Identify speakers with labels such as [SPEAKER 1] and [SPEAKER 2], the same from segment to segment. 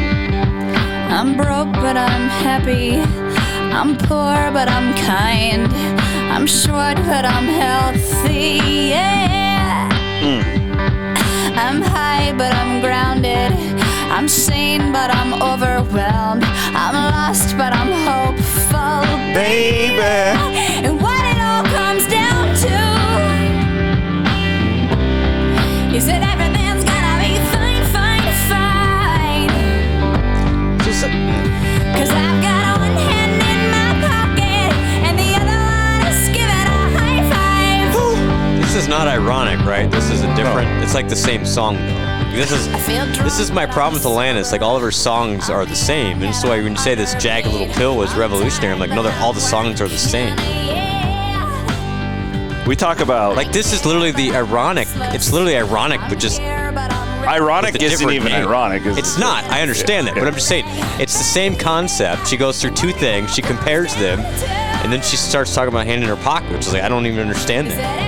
[SPEAKER 1] I'm broke, but I'm happy. I'm poor, but I'm kind. I'm short, but I'm healthy. Yeah. I'm high, but I'm grounded. I'm sane, but I'm overwhelmed. I'm lost, but I'm hopeful.
[SPEAKER 2] Baby.
[SPEAKER 1] And what it all comes down to is that everything's gonna be fine, fine, fine.
[SPEAKER 2] So, so,
[SPEAKER 1] Cause I've got one hand in my pocket and the other one is giving a high five.
[SPEAKER 3] This is not ironic, right? This is a different. It's like the same song, though. This is
[SPEAKER 1] feel drunk,
[SPEAKER 3] this is my problem with Alanis. Like all of her songs are the same, and that's why when you say this jagged little pill was revolutionary, I'm like, no, they're, all the songs are the same.
[SPEAKER 1] Yeah.
[SPEAKER 2] we talk about
[SPEAKER 3] Like this is literally the ironic. It's literally ironic, but just
[SPEAKER 1] ironic.
[SPEAKER 2] Ironic
[SPEAKER 3] with a
[SPEAKER 2] isn't
[SPEAKER 3] different
[SPEAKER 2] even
[SPEAKER 3] name.
[SPEAKER 2] ironic. is
[SPEAKER 3] It's
[SPEAKER 2] it?
[SPEAKER 3] not. I understand that,
[SPEAKER 2] Yeah.
[SPEAKER 3] but I'm just saying it's the same concept. She goes through two things. She compares them, and then she starts talking about hand in her pocket, which is like I don't even understand that.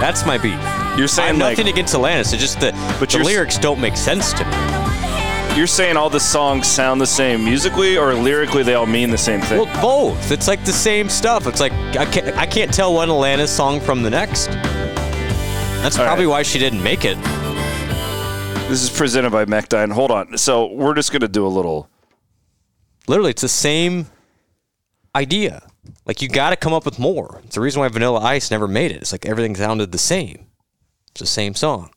[SPEAKER 3] That's my beef.
[SPEAKER 2] You're saying
[SPEAKER 3] I have
[SPEAKER 2] like-
[SPEAKER 3] nothing against Alanis. It's just that
[SPEAKER 2] But
[SPEAKER 3] the
[SPEAKER 2] you're s-
[SPEAKER 3] lyrics don't make sense to me.
[SPEAKER 2] You're saying all the songs sound the same musically or lyrically? They all mean the same thing.
[SPEAKER 3] Well, both. It's like the same stuff. It's like I can't, I can't tell one Alanis song from the next. That's
[SPEAKER 2] All
[SPEAKER 3] probably
[SPEAKER 2] right.
[SPEAKER 3] why she didn't make it.
[SPEAKER 2] this is presented by MechDyne. Hold on. So we're just gonna do a little.
[SPEAKER 3] Literally, it's the same idea. Like you got to come up with more. It's the reason why Vanilla Ice never made it. It's like everything sounded the same. It's the same song.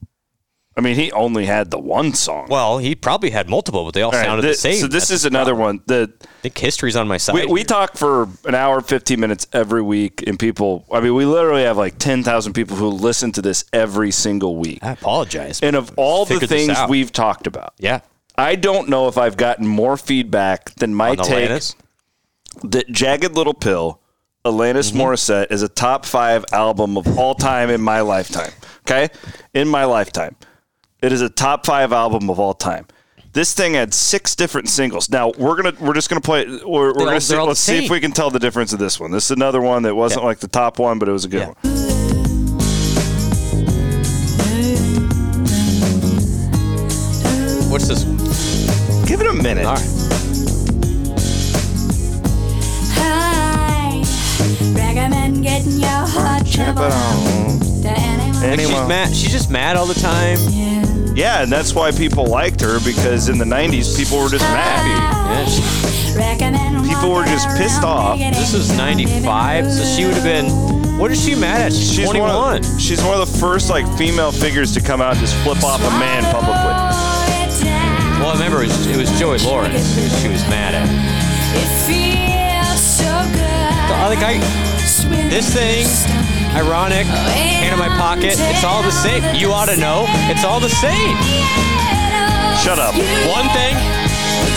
[SPEAKER 2] I mean, he only had the one song.
[SPEAKER 3] Well, he probably had multiple, but they all,
[SPEAKER 2] All right,
[SPEAKER 3] sounded
[SPEAKER 2] thi-
[SPEAKER 3] the same.
[SPEAKER 2] So this
[SPEAKER 3] That's-
[SPEAKER 2] is another one that
[SPEAKER 3] I think history's on my side.
[SPEAKER 2] we, we
[SPEAKER 3] here.
[SPEAKER 2] talk for an hour, fifteen minutes every week, and people. I mean, we literally have like ten thousand people who listen to this every single week.
[SPEAKER 3] I apologize.
[SPEAKER 2] And of all the
[SPEAKER 3] Figured this
[SPEAKER 2] things
[SPEAKER 3] out.
[SPEAKER 2] we've talked about,
[SPEAKER 3] yeah,
[SPEAKER 2] I don't know if I've gotten more feedback than my
[SPEAKER 3] on
[SPEAKER 2] take
[SPEAKER 3] Alanis.
[SPEAKER 2] that Jagged Little Pill, Alanis
[SPEAKER 3] Mm-hmm.
[SPEAKER 2] Morissette, is a top five album of all time in my lifetime. Okay? In my lifetime. It is a top five album of all time. This thing had six different singles. Now we're gonna we're just gonna play. We're, we're
[SPEAKER 3] They're all-
[SPEAKER 2] gonna see,
[SPEAKER 3] they're all the
[SPEAKER 2] let's see if
[SPEAKER 3] same.
[SPEAKER 2] we can tell the difference of this one. This is another one that wasn't
[SPEAKER 3] Yeah.
[SPEAKER 2] like the top one, but it was a good
[SPEAKER 3] Yeah.
[SPEAKER 2] one.
[SPEAKER 3] What's this? One?
[SPEAKER 2] Give it a minute.
[SPEAKER 3] All right.
[SPEAKER 1] I recommend getting your heart
[SPEAKER 2] But,
[SPEAKER 1] troubled
[SPEAKER 2] um,
[SPEAKER 1] to anyone.
[SPEAKER 3] She's
[SPEAKER 2] anyway.
[SPEAKER 3] mad. She's just mad all the time.
[SPEAKER 2] Yeah, and that's why people liked her because in the '90s people were just mad.
[SPEAKER 3] Yeah, she-
[SPEAKER 1] Recommend
[SPEAKER 2] People were
[SPEAKER 1] walking
[SPEAKER 2] just pissed
[SPEAKER 1] around
[SPEAKER 2] off.
[SPEAKER 1] naked
[SPEAKER 3] This
[SPEAKER 1] and
[SPEAKER 3] is 95, so she would have been. What is she mad at? She's,
[SPEAKER 2] She's
[SPEAKER 3] 21.
[SPEAKER 2] one. Of, she's one of the first like female figures to come out and just flip off a man publicly.
[SPEAKER 1] lower Oh, it down.
[SPEAKER 3] Well, I remember it was, it was Joey Lawrence who she was mad at.
[SPEAKER 1] It feels so good.
[SPEAKER 3] So I like I this thing, ironic, hand in my pocket. It's all the same. You ought to know. It's all the same.
[SPEAKER 2] Shut up.
[SPEAKER 3] One thing,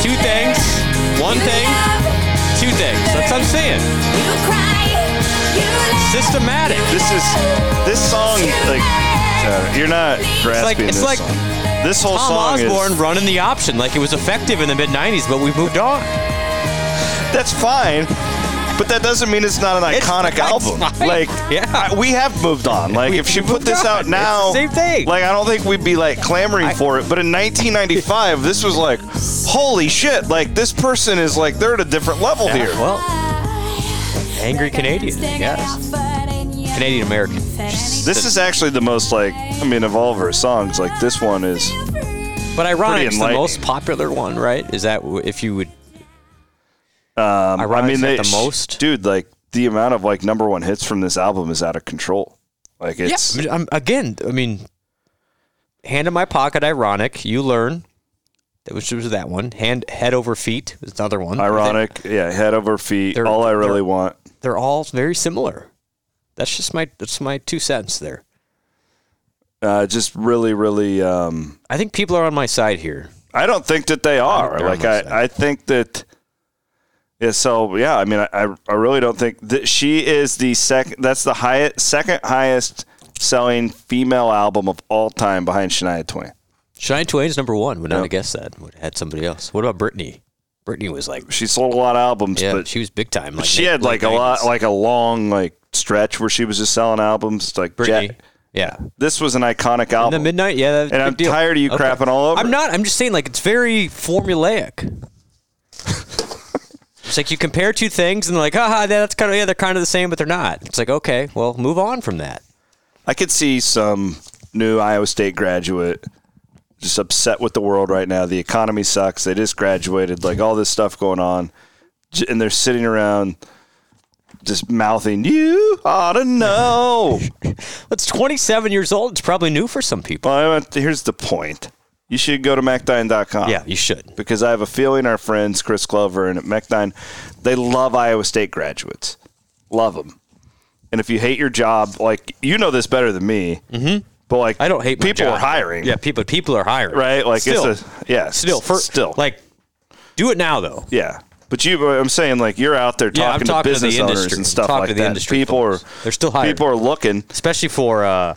[SPEAKER 3] two things, one thing, two two things. That's what I'm saying. Systematic.
[SPEAKER 2] This is this song like uh, you're not grasping
[SPEAKER 3] like- it's
[SPEAKER 2] this
[SPEAKER 3] like
[SPEAKER 2] song. This whole
[SPEAKER 3] Tom
[SPEAKER 2] song
[SPEAKER 3] Osborne
[SPEAKER 2] is
[SPEAKER 3] running the option like it was effective in the mid '90s, but we've moved on.
[SPEAKER 2] that's fine, but that doesn't mean it's not an
[SPEAKER 3] It's-
[SPEAKER 2] iconic
[SPEAKER 3] it's
[SPEAKER 2] album.
[SPEAKER 3] fine.
[SPEAKER 2] Like
[SPEAKER 3] Yeah.
[SPEAKER 2] I- we have moved on. Like
[SPEAKER 3] We-
[SPEAKER 2] if she
[SPEAKER 3] we
[SPEAKER 2] put
[SPEAKER 3] moved
[SPEAKER 2] this
[SPEAKER 3] on.
[SPEAKER 2] out
[SPEAKER 3] It's
[SPEAKER 2] now,
[SPEAKER 3] the same thing.
[SPEAKER 2] Like I don't think we'd be like clamoring for it. But in 1995, this was like, holy shit! Like this person is like they're at a different level
[SPEAKER 3] Yeah,
[SPEAKER 2] here.
[SPEAKER 3] Well, angry Canadian, I guess. Canadian American.
[SPEAKER 2] This is actually the most like I mean of all of her songs. Like this one is
[SPEAKER 3] But ironic, the
[SPEAKER 2] enlightening.
[SPEAKER 3] most popular one, right? Is that w- if you would? Um,
[SPEAKER 2] I mean, they,
[SPEAKER 3] the most.
[SPEAKER 2] dude. Like the amount of like number one hits from this album is out of control. Like
[SPEAKER 3] Yeah,
[SPEAKER 2] it's
[SPEAKER 3] I mean, I'm, again, I mean, hand in my pocket, ironic. You learn. That was, was that one. Hand, head over feet is another one.
[SPEAKER 2] ironic. yeah, head over feet.
[SPEAKER 3] They're-
[SPEAKER 2] all I really
[SPEAKER 3] they're-
[SPEAKER 2] want.
[SPEAKER 3] They, they're all very similar. That's just my that's my two cents there.
[SPEAKER 2] Uh, just really, really. Um,
[SPEAKER 3] I think people are on my side here.
[SPEAKER 2] I don't think that they are.
[SPEAKER 3] they're
[SPEAKER 2] Like
[SPEAKER 3] almost
[SPEAKER 2] I, I think that. Yeah. So yeah, I mean, I- I, I really don't think that she is the second. That's the highest, second highest selling female album of all time behind Shania Twain.
[SPEAKER 3] Shania Twain's number one. Would not
[SPEAKER 2] Yep.
[SPEAKER 3] have guessed that. Would have had somebody else. What about Britney? Britney was like,
[SPEAKER 2] She sold a lot of albums,
[SPEAKER 3] yeah,
[SPEAKER 2] but
[SPEAKER 3] she was big time. Like
[SPEAKER 2] she
[SPEAKER 3] late-
[SPEAKER 2] had like a
[SPEAKER 3] late
[SPEAKER 2] lot
[SPEAKER 3] 90s.
[SPEAKER 2] like a long like stretch where she was just selling albums like
[SPEAKER 3] Britney.
[SPEAKER 2] Jack-
[SPEAKER 3] yeah.
[SPEAKER 2] this was an iconic
[SPEAKER 3] In the
[SPEAKER 2] album
[SPEAKER 3] midnight, yeah. that's a
[SPEAKER 2] and i'm
[SPEAKER 3] big deal.
[SPEAKER 2] tired of you
[SPEAKER 3] Okay.
[SPEAKER 2] crapping all over
[SPEAKER 3] I'm
[SPEAKER 2] it.
[SPEAKER 3] not. I'm just saying, like, it's very formulaic. it's like you compare two things, and they're like, haha, that's kind of yeah, they're kind of the same, but they're not. It's like, okay, well, move on from that.
[SPEAKER 2] i could see some new iowa state graduate just upset with the world right now the economy sucks they just graduated like all this stuff going on J- and they're sitting around just mouthing you ought to know
[SPEAKER 3] It's 27 years old. It's probably new for some people.
[SPEAKER 2] well I want- here's the point you should go to macdine.com
[SPEAKER 3] yeah, you should.
[SPEAKER 2] because I have a feeling our friends Chris Glover and at McDine, they love Iowa State graduates, love them. And if you hate your job, like you know this better than me, mm-hmm. but like
[SPEAKER 3] I don't hate my
[SPEAKER 2] people
[SPEAKER 3] job.
[SPEAKER 2] are hiring,
[SPEAKER 3] Yeah, people people are hiring.
[SPEAKER 2] right? Like
[SPEAKER 3] still,
[SPEAKER 2] it's a yeah, s-
[SPEAKER 3] still, for,
[SPEAKER 2] still
[SPEAKER 3] like, do it now though.
[SPEAKER 2] yeah. But you, I'm saying like you're out there talking,
[SPEAKER 3] Yeah, I'm
[SPEAKER 2] to
[SPEAKER 3] talking to the
[SPEAKER 2] business owners
[SPEAKER 3] industry.
[SPEAKER 2] and stuff
[SPEAKER 3] Talking
[SPEAKER 2] like
[SPEAKER 3] to the
[SPEAKER 2] that.
[SPEAKER 3] industry
[SPEAKER 2] people are
[SPEAKER 3] folks. They're still hiring.
[SPEAKER 2] People are looking.
[SPEAKER 3] especially for uh,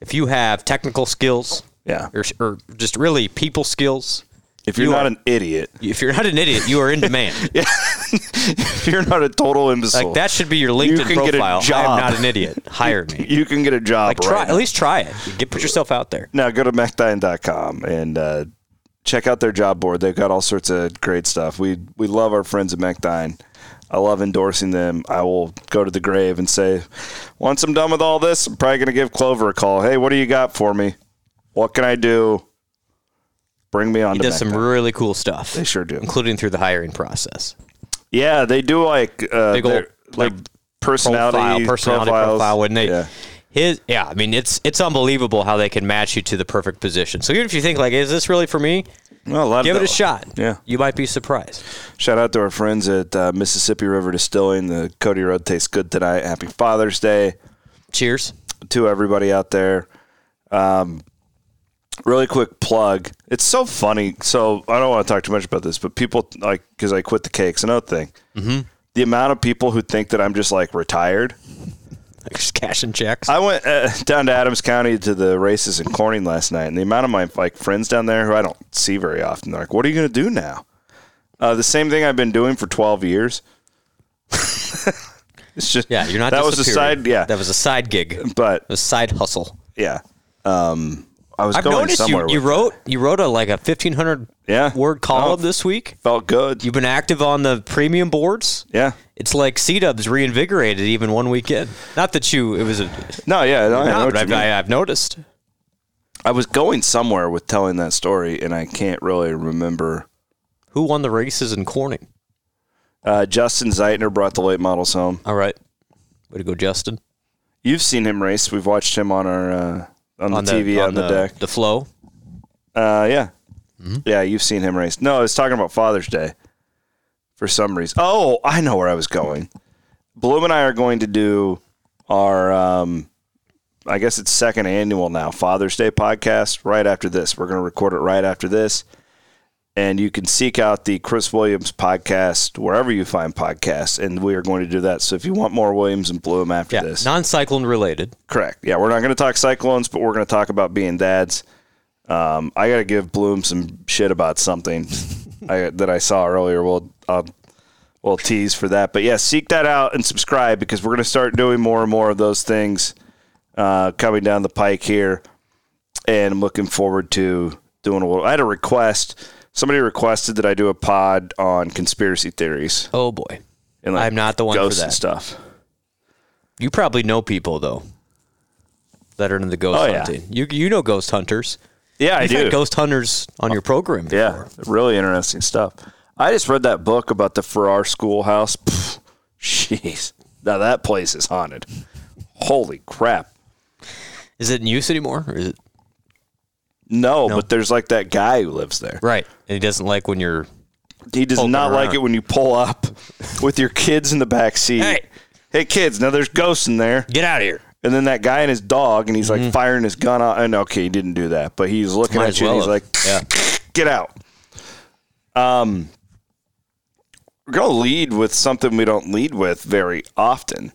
[SPEAKER 3] if you have technical skills,
[SPEAKER 2] Yeah.
[SPEAKER 3] or, or just really people skills.
[SPEAKER 2] If you're
[SPEAKER 3] You
[SPEAKER 2] not
[SPEAKER 3] are-
[SPEAKER 2] an idiot,
[SPEAKER 3] If you're not an idiot, you are in demand.
[SPEAKER 2] if you're not a total imbecile,
[SPEAKER 3] Like that should be your LinkedIn
[SPEAKER 2] can get a
[SPEAKER 3] profile.
[SPEAKER 2] job.
[SPEAKER 3] I'm not an idiot. Hire me.
[SPEAKER 2] you can get a job.
[SPEAKER 3] Like try
[SPEAKER 2] right
[SPEAKER 3] at least try it. Get put yourself out there.
[SPEAKER 2] Now go to MacDine.com and uh, check out their job board. They've got all sorts of great stuff. We we love our friends at MacDine. I love endorsing them. I will go to the grave and say, once I'm done with all this, I'm probably going to give Clover a call. Hey, what do you got for me? What can I do? Bring me on
[SPEAKER 3] He
[SPEAKER 2] to
[SPEAKER 3] does some
[SPEAKER 2] MacDine.
[SPEAKER 3] really cool stuff.
[SPEAKER 2] They sure do.
[SPEAKER 3] including through the hiring process.
[SPEAKER 2] Yeah, they do like uh,
[SPEAKER 3] Big old,
[SPEAKER 2] their- like
[SPEAKER 3] like,
[SPEAKER 2] personality
[SPEAKER 3] profile, personality
[SPEAKER 2] profiles.
[SPEAKER 3] profile, wouldn't they?
[SPEAKER 2] Yeah.
[SPEAKER 3] His, yeah, I mean, it's it's unbelievable how they can match you to the perfect position. So even if you think like, is this really for me?
[SPEAKER 2] Well, a lot of
[SPEAKER 3] Give it a
[SPEAKER 2] those.
[SPEAKER 3] shot.
[SPEAKER 2] Yeah.
[SPEAKER 3] you might be surprised.
[SPEAKER 2] Shout out to our friends at uh, Mississippi River Distilling. The Cody Road tastes good tonight. Happy Father's Day
[SPEAKER 3] Cheers.
[SPEAKER 2] to everybody out there. Um, really quick plug. It's so funny. So I don't want to talk too much about this, but people like because I quit the cakes. Another thing. Mm-hmm. The amount of people who think that I'm just like retired.
[SPEAKER 3] Like just cashing checks.
[SPEAKER 2] I went uh, down to Adams County to the races in Corning last night, and the amount of my like friends down there who I don't see very often, they're like, "What are you going to do now?" Uh, the same thing I've been doing for twelve years. it's just
[SPEAKER 3] yeah, you're not.
[SPEAKER 2] That was a
[SPEAKER 3] disappearing.
[SPEAKER 2] side, yeah, Um,
[SPEAKER 3] that was a side gig,
[SPEAKER 2] but
[SPEAKER 3] a side hustle.
[SPEAKER 2] yeah. Um, I was
[SPEAKER 3] I've
[SPEAKER 2] going
[SPEAKER 3] noticed
[SPEAKER 2] somewhere.
[SPEAKER 3] you, you
[SPEAKER 2] with
[SPEAKER 3] wrote you wrote a like a fifteen hundred
[SPEAKER 2] Yeah.
[SPEAKER 3] word column
[SPEAKER 2] Oh.
[SPEAKER 3] this week.
[SPEAKER 2] it. felt good.
[SPEAKER 3] You've been active on the premium boards.
[SPEAKER 2] yeah,
[SPEAKER 3] It's like C Dub's reinvigorated even one weekend. Not that you it was a
[SPEAKER 2] no, yeah, no, I, know
[SPEAKER 3] not,
[SPEAKER 2] what
[SPEAKER 3] but
[SPEAKER 2] you
[SPEAKER 3] I've,
[SPEAKER 2] mean.
[SPEAKER 3] I, I've noticed.
[SPEAKER 2] I was going somewhere with telling that story, and I can't really remember.
[SPEAKER 3] Who won the races in Corning?
[SPEAKER 2] Uh, Justin Zeitner brought the late models home.
[SPEAKER 3] All right. Way to go, Justin.
[SPEAKER 2] You've seen him race. We've watched him on our uh, on, the, TV on, the, deck.
[SPEAKER 3] The flow.
[SPEAKER 2] Uh, yeah, yeah. You've seen him race. No, I was talking about Father's Day for some reason. Oh, I know where I was going. Bloom and I are going to do our, um, I guess it's second annual now Father's Day podcast. Right after this, we're going to record it right after this, And you can seek out the Chris Williams podcast wherever you find podcasts. And we are going to do that. So if you want more Williams and Bloom after
[SPEAKER 3] Yeah,
[SPEAKER 2] this,
[SPEAKER 3] non-cyclone related.
[SPEAKER 2] Correct. Yeah, we're not going to talk cyclones, but we're going to talk about being dads. Um, I got to give Bloom some shit about something I, that I saw earlier. We'll I'll, we'll tease for that, but yeah, seek that out and subscribe because we're going to start doing more and more of those things uh, coming down the pike here, and I'm looking forward to doing a little. I had a request. Somebody requested that I do a pod on conspiracy theories
[SPEAKER 3] Oh boy,
[SPEAKER 2] and
[SPEAKER 3] I'm not the one for
[SPEAKER 2] ghosts and
[SPEAKER 3] that.
[SPEAKER 2] stuff.
[SPEAKER 3] you probably know people though that are into ghost
[SPEAKER 2] Oh, yeah.
[SPEAKER 3] hunting. You you know ghost hunters.
[SPEAKER 2] Yeah, I
[SPEAKER 3] You've
[SPEAKER 2] do. Uh,
[SPEAKER 3] had ghost hunters on your program. Before.
[SPEAKER 2] Yeah, really interesting stuff. I just read that book about the Farrar Schoolhouse. Pff, Jeez, now that place is haunted. Holy crap!
[SPEAKER 3] Is it in use anymore? Or is it
[SPEAKER 2] No, but there's like that guy who lives there.
[SPEAKER 3] right? And he doesn't like when you're
[SPEAKER 2] He does
[SPEAKER 3] Poking
[SPEAKER 2] not like
[SPEAKER 3] around.
[SPEAKER 2] it when you pull up with your kids in the back seat.
[SPEAKER 3] Hey.
[SPEAKER 2] hey, kids! Now there's ghosts in there.
[SPEAKER 3] get out of here.
[SPEAKER 2] And then that guy and his dog, and he's like firing his gun out. And okay, he didn't do that, but he's looking
[SPEAKER 3] Mm-hmm. Might
[SPEAKER 2] at
[SPEAKER 3] as
[SPEAKER 2] you. and
[SPEAKER 3] well
[SPEAKER 2] he's like,
[SPEAKER 3] have.
[SPEAKER 2] "Get out." Um, we're gonna lead with something we don't lead with very often,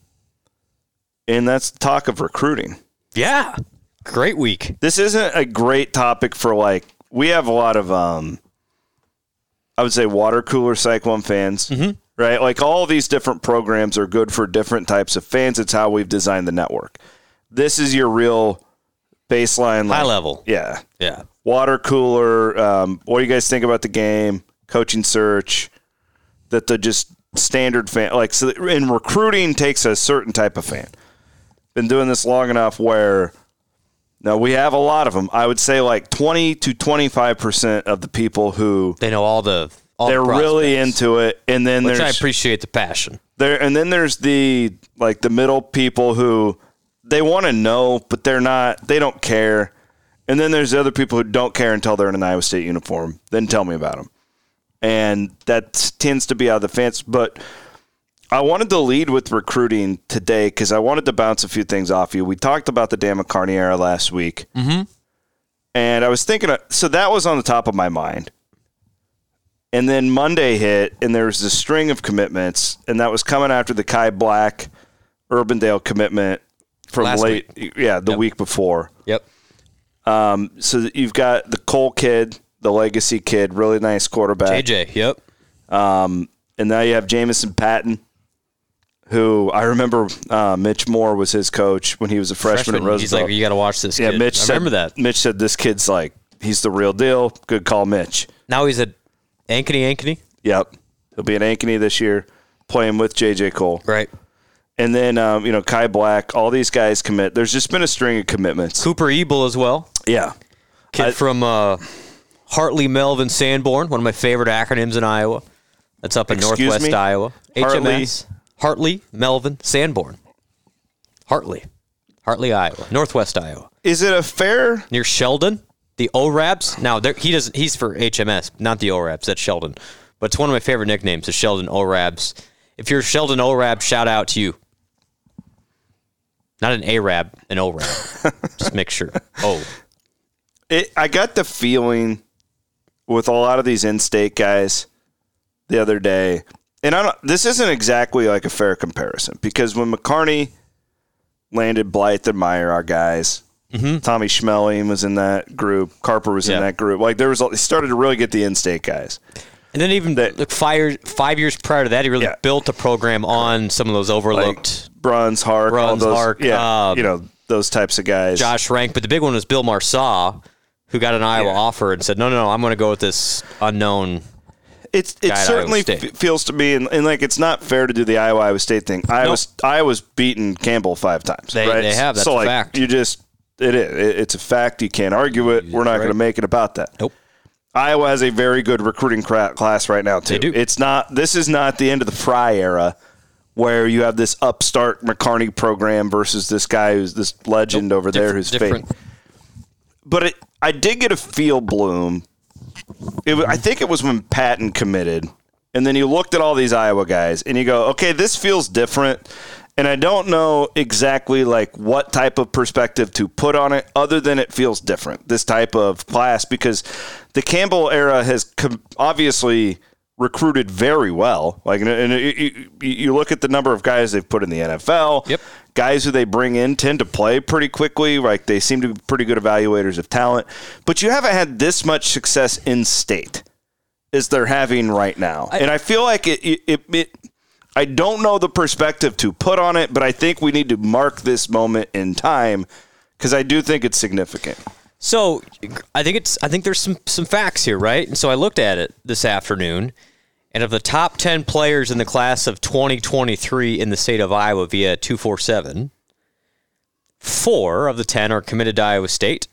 [SPEAKER 2] and that's the talk of recruiting.
[SPEAKER 3] Yeah, great week.
[SPEAKER 2] This isn't a great topic for like we have a lot of um, I would say water cooler cyclone fans, right? Like all these different programs are good for different types of fans. It's how we've designed the network. This is your real baseline,
[SPEAKER 3] High
[SPEAKER 2] like-
[SPEAKER 3] level.
[SPEAKER 2] yeah.
[SPEAKER 3] Yeah.
[SPEAKER 2] Water cooler. Um, what do you guys think about the game? Coaching search. That the just standard fan, like so, in recruiting takes a certain type of fan. Been doing this long enough where now we have a lot of them. I would say like twenty to twenty five percent of the people who
[SPEAKER 3] They know all the. All
[SPEAKER 2] they're
[SPEAKER 3] the
[SPEAKER 2] really
[SPEAKER 3] prospects,
[SPEAKER 2] into it, and then
[SPEAKER 3] Which I
[SPEAKER 2] there's
[SPEAKER 3] appreciate the passion.
[SPEAKER 2] there and then there's the like the middle people who they want to know but they're not they don't care and then there's the other people who don't care until they're in an iowa state uniform then tell me about them and that tends to be out of the fence but i wanted to lead with recruiting today because i wanted to bounce a few things off you we talked about the dan mccartney era last week mm-hmm. and i was thinking of, so that was on the top of my mind and then Monday hit, and there was this string of commitments, and that was coming after the Kai Black Urbandale commitment from
[SPEAKER 3] Last
[SPEAKER 2] late, yeah, the week before.
[SPEAKER 3] Yep.
[SPEAKER 2] So that you've got the Cole kid, the legacy kid, really nice quarterback,
[SPEAKER 3] AJ. Yep.
[SPEAKER 2] and now you have Jamison Patton, who I remember uh, Mitch Moore was his coach when he was a freshman, at Roosevelt.
[SPEAKER 3] he's like, you got to watch this.
[SPEAKER 2] yeah,
[SPEAKER 3] kid."
[SPEAKER 2] Mitch.
[SPEAKER 3] I remember
[SPEAKER 2] said,
[SPEAKER 3] that.
[SPEAKER 2] Mitch said this kid's like he's the real deal. Good call, Mitch.
[SPEAKER 3] Now he's at Ankeny Ankeny.
[SPEAKER 2] Yep, he'll be at Ankeny this year, playing with JJ Cole.
[SPEAKER 3] Right.
[SPEAKER 2] And then um, you know Kai Black, all these guys commit. There's just been a string of commitments.
[SPEAKER 3] Cooper Ebel as well.
[SPEAKER 2] Yeah,
[SPEAKER 3] Kid
[SPEAKER 2] I-
[SPEAKER 3] from uh, Hartley Melvin Sanborn, one of my favorite acronyms in Iowa. That's up in
[SPEAKER 2] Excuse
[SPEAKER 3] northwest
[SPEAKER 2] me?
[SPEAKER 3] Iowa.
[SPEAKER 2] Hartley-
[SPEAKER 3] HMS. Hartley Melvin Sanborn. Hartley. Hartley, Iowa. Northwest Iowa.
[SPEAKER 2] is it a fair?
[SPEAKER 3] Near Sheldon, the ORABs. Now, there- he doesn't he's for HMS, not the ORABs. That's Sheldon. But it's one of my favorite nicknames, is Sheldon ORABs. If you're Sheldon ORAB, shout out to you. Not an ARAB, an ORAB. Just make sure. Oh.
[SPEAKER 2] It, I got the feeling with a lot of these in-state guys the other day, and I don't. This isn't exactly like a fair comparison because when McCarney landed Blythe and Meyer, our guys, Tommy Schmeling was in that group, Carper was
[SPEAKER 3] Mm-hmm. Yeah.
[SPEAKER 2] in that group. Like there was, a- they started to really get the in-state guys.
[SPEAKER 3] And then even
[SPEAKER 2] that-
[SPEAKER 3] like five, five years prior to that, he really
[SPEAKER 2] Yeah.
[SPEAKER 3] built a program on some of those overlooked
[SPEAKER 2] Bruns, Hark, all
[SPEAKER 3] Bruns,
[SPEAKER 2] those,
[SPEAKER 3] Hark,
[SPEAKER 2] yeah,
[SPEAKER 3] um,
[SPEAKER 2] you know those types of guys.
[SPEAKER 3] Josh Rank. But the big one was Bill Marsaw, who got an Iowa
[SPEAKER 2] Yeah.
[SPEAKER 3] offer and said, no, no, no, I'm going to go with this unknown.
[SPEAKER 2] It's it
[SPEAKER 3] at Iowa
[SPEAKER 2] certainly
[SPEAKER 3] State.
[SPEAKER 2] f- feels to me, and, and like it's not fair to do the Iowa Iowa State thing. I was I was beaten Campbell five times.
[SPEAKER 3] They-
[SPEAKER 2] right?
[SPEAKER 3] they have. That's
[SPEAKER 2] so
[SPEAKER 3] a
[SPEAKER 2] like,
[SPEAKER 3] fact.
[SPEAKER 2] You just it is. It- it's a fact. You can't argue it. We're not going to make it about that.
[SPEAKER 3] Nope.
[SPEAKER 2] Iowa has a very good recruiting cra- class right now too.
[SPEAKER 3] They do.
[SPEAKER 2] It's not. This is not the end of the Fry era, where you have this upstart McCarney program versus this guy who's this legend over there
[SPEAKER 3] Different-
[SPEAKER 2] who's fake
[SPEAKER 3] different.
[SPEAKER 2] but it, I did get a feel bloom. It, wa- I think it was when Patton committed, and then you looked at all these Iowa guys, and you go, "Okay, this feels different." and I don't know exactly like what type of perspective to put on it, other than it feels different. This type of class because the Campbell era has com- obviously recruited very well. Like, and, and it- it- you look at the number of guys they've put in the NFL.
[SPEAKER 3] Yep.
[SPEAKER 2] Guys who they bring in tend to play pretty quickly. Like they seem to be pretty good evaluators of talent. But you haven't had this much success in state as they're having right now, and I feel like it. it, it, it I don't know the perspective to put on it, but I think we need to mark this moment in time because I do think it's significant.
[SPEAKER 3] So I think it's I think there's some some facts here, right? And so I looked at it this afternoon, and of the top ten players in the class of 2023 in the state of Iowa via 247, four of the ten are committed to Iowa State.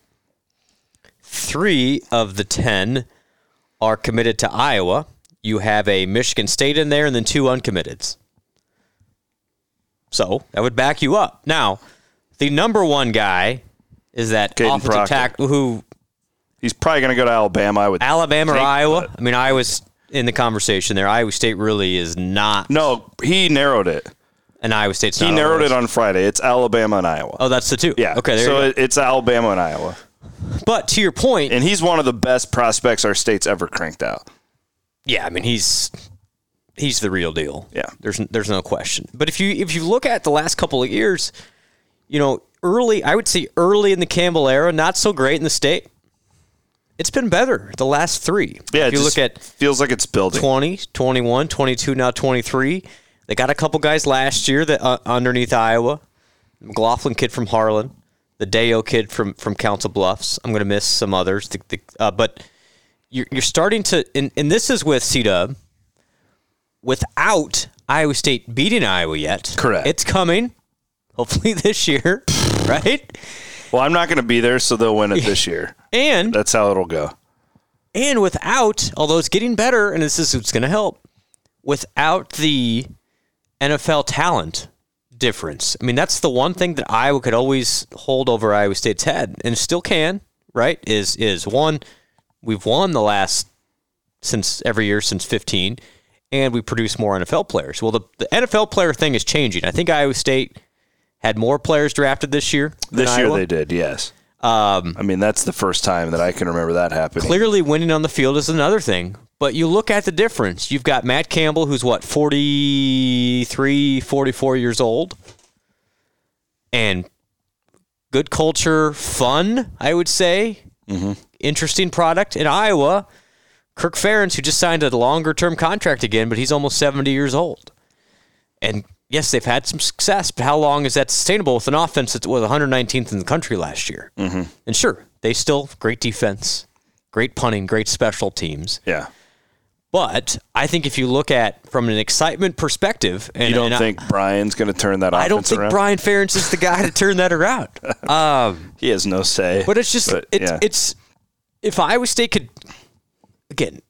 [SPEAKER 3] Three of the ten are committed to Iowa. You have a Michigan State in there, and then two uncommitteds. So that would back you up. Now, the number one guy is that
[SPEAKER 2] Caden
[SPEAKER 3] offensive
[SPEAKER 2] Proctor.
[SPEAKER 3] tackle who
[SPEAKER 2] He's probably going to go to Alabama. I would.
[SPEAKER 3] Alabama or
[SPEAKER 2] think,
[SPEAKER 3] Iowa?
[SPEAKER 2] but-
[SPEAKER 3] I mean, Iowa's in the conversation there. Iowa State really is not.
[SPEAKER 2] no, he narrowed it.
[SPEAKER 3] and Iowa State's
[SPEAKER 2] He
[SPEAKER 3] not.
[SPEAKER 2] narrowed it
[SPEAKER 3] always.
[SPEAKER 2] on Friday. It's Alabama and Iowa.
[SPEAKER 3] Oh, that's the two.
[SPEAKER 2] yeah.
[SPEAKER 3] Okay. There
[SPEAKER 2] so
[SPEAKER 3] you
[SPEAKER 2] it- it's Alabama and Iowa,
[SPEAKER 3] go. But to your point,
[SPEAKER 2] and he's one of the best prospects our state's ever cranked out.
[SPEAKER 3] yeah, I mean he's he's the real deal.
[SPEAKER 2] Yeah.
[SPEAKER 3] There's there's no question. But if you if you look at the last couple of years, you know, early I would say early in the Campbell era, not so great in the state. It's been better the last three.
[SPEAKER 2] Yeah. it
[SPEAKER 3] If you
[SPEAKER 2] just
[SPEAKER 3] look at
[SPEAKER 2] feels like it's building.
[SPEAKER 3] 20, 21, 22, now 23. They got a couple guys last year that uh, underneath Iowa. McLaughlin kid from Harlan, the Deo kid from from Council Bluffs. I'm going to miss some others, the, the, uh, but you're, you're starting to, and, and this is with C Dub, without Iowa State beating Iowa yet.
[SPEAKER 2] Correct.
[SPEAKER 3] It's coming, hopefully this year, right?
[SPEAKER 2] Well, I'm not going to be there, so they'll win it this year.
[SPEAKER 3] And
[SPEAKER 2] That's how it'll go.
[SPEAKER 3] and without, although it's getting better, and this is what's going to help, without the NFL talent difference. I mean, that's the one thing that Iowa could always hold over Iowa State's head, and still can. Right? Is is one? We've won the last since every year since fifteen, and we produce more NFL players. Well, the, the NFL player thing is changing. I think Iowa State had more players drafted this year. than
[SPEAKER 2] This year
[SPEAKER 3] Iowa.
[SPEAKER 2] they did. Yes. Um, I mean, that's the first time that I can remember that happening.
[SPEAKER 3] clearly winning on the field is another thing. But you look at the difference. You've got Matt Campbell, who's what, 43, 44 years old. And good culture, fun, I would say. Interesting product. In Iowa, Kirk Ferentz, who just signed a longer term contract again, but he's almost 70 years old. And yes, they've had some success, but how long is that sustainable with an offense that was 119th in the country last year? Mm-hmm. And sure, they still have great defense, great punting, great special teams.
[SPEAKER 2] Yeah.
[SPEAKER 3] But I think if you look at from an excitement perspective, and
[SPEAKER 2] You don't
[SPEAKER 3] and I-
[SPEAKER 2] think Brian's going to turn that
[SPEAKER 3] I,
[SPEAKER 2] offense
[SPEAKER 3] don't think
[SPEAKER 2] around?
[SPEAKER 3] Brian Ferentz is the guy to turn that around.
[SPEAKER 2] he has no say.
[SPEAKER 3] But it's just
[SPEAKER 2] But,
[SPEAKER 3] it's
[SPEAKER 2] yeah.
[SPEAKER 3] it's if Iowa State could again,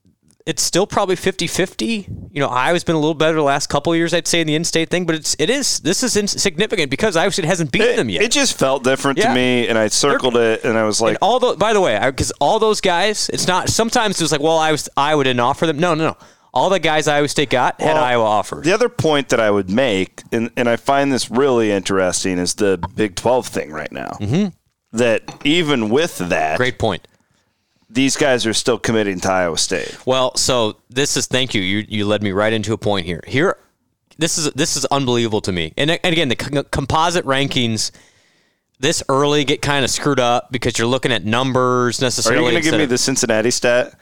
[SPEAKER 3] it's still probably 50-50. You know, Iowa's been a little better the last couple of years, I'd say, in the in-state thing. But it's it is this is insignificant because Iowa State hasn't beaten
[SPEAKER 2] it,
[SPEAKER 3] them yet.
[SPEAKER 2] it just felt different
[SPEAKER 3] Yeah.
[SPEAKER 2] to me, and I circled it, and I was like,
[SPEAKER 3] and all the by the way, because all those guys, it's not. Sometimes it was like, well, I was Iowa didn't offer them. No, no, no. All the guys Iowa State got had
[SPEAKER 2] Well,
[SPEAKER 3] Iowa offers.
[SPEAKER 2] The other point that I would make, and, and I find this really interesting, is the Big 12 thing right now. Mm-hmm. That even with that,
[SPEAKER 3] Great point.
[SPEAKER 2] these guys are still committing to Iowa State.
[SPEAKER 3] Well, so this is thank you. You you led me right into a point here. Here, this is this is unbelievable to me. And, and again, the co- composite rankings this early get kind of screwed up because you're looking at numbers
[SPEAKER 2] Are you
[SPEAKER 3] necessarily.
[SPEAKER 2] going to give
[SPEAKER 3] instead
[SPEAKER 2] me
[SPEAKER 3] of-
[SPEAKER 2] the Cincinnati stat?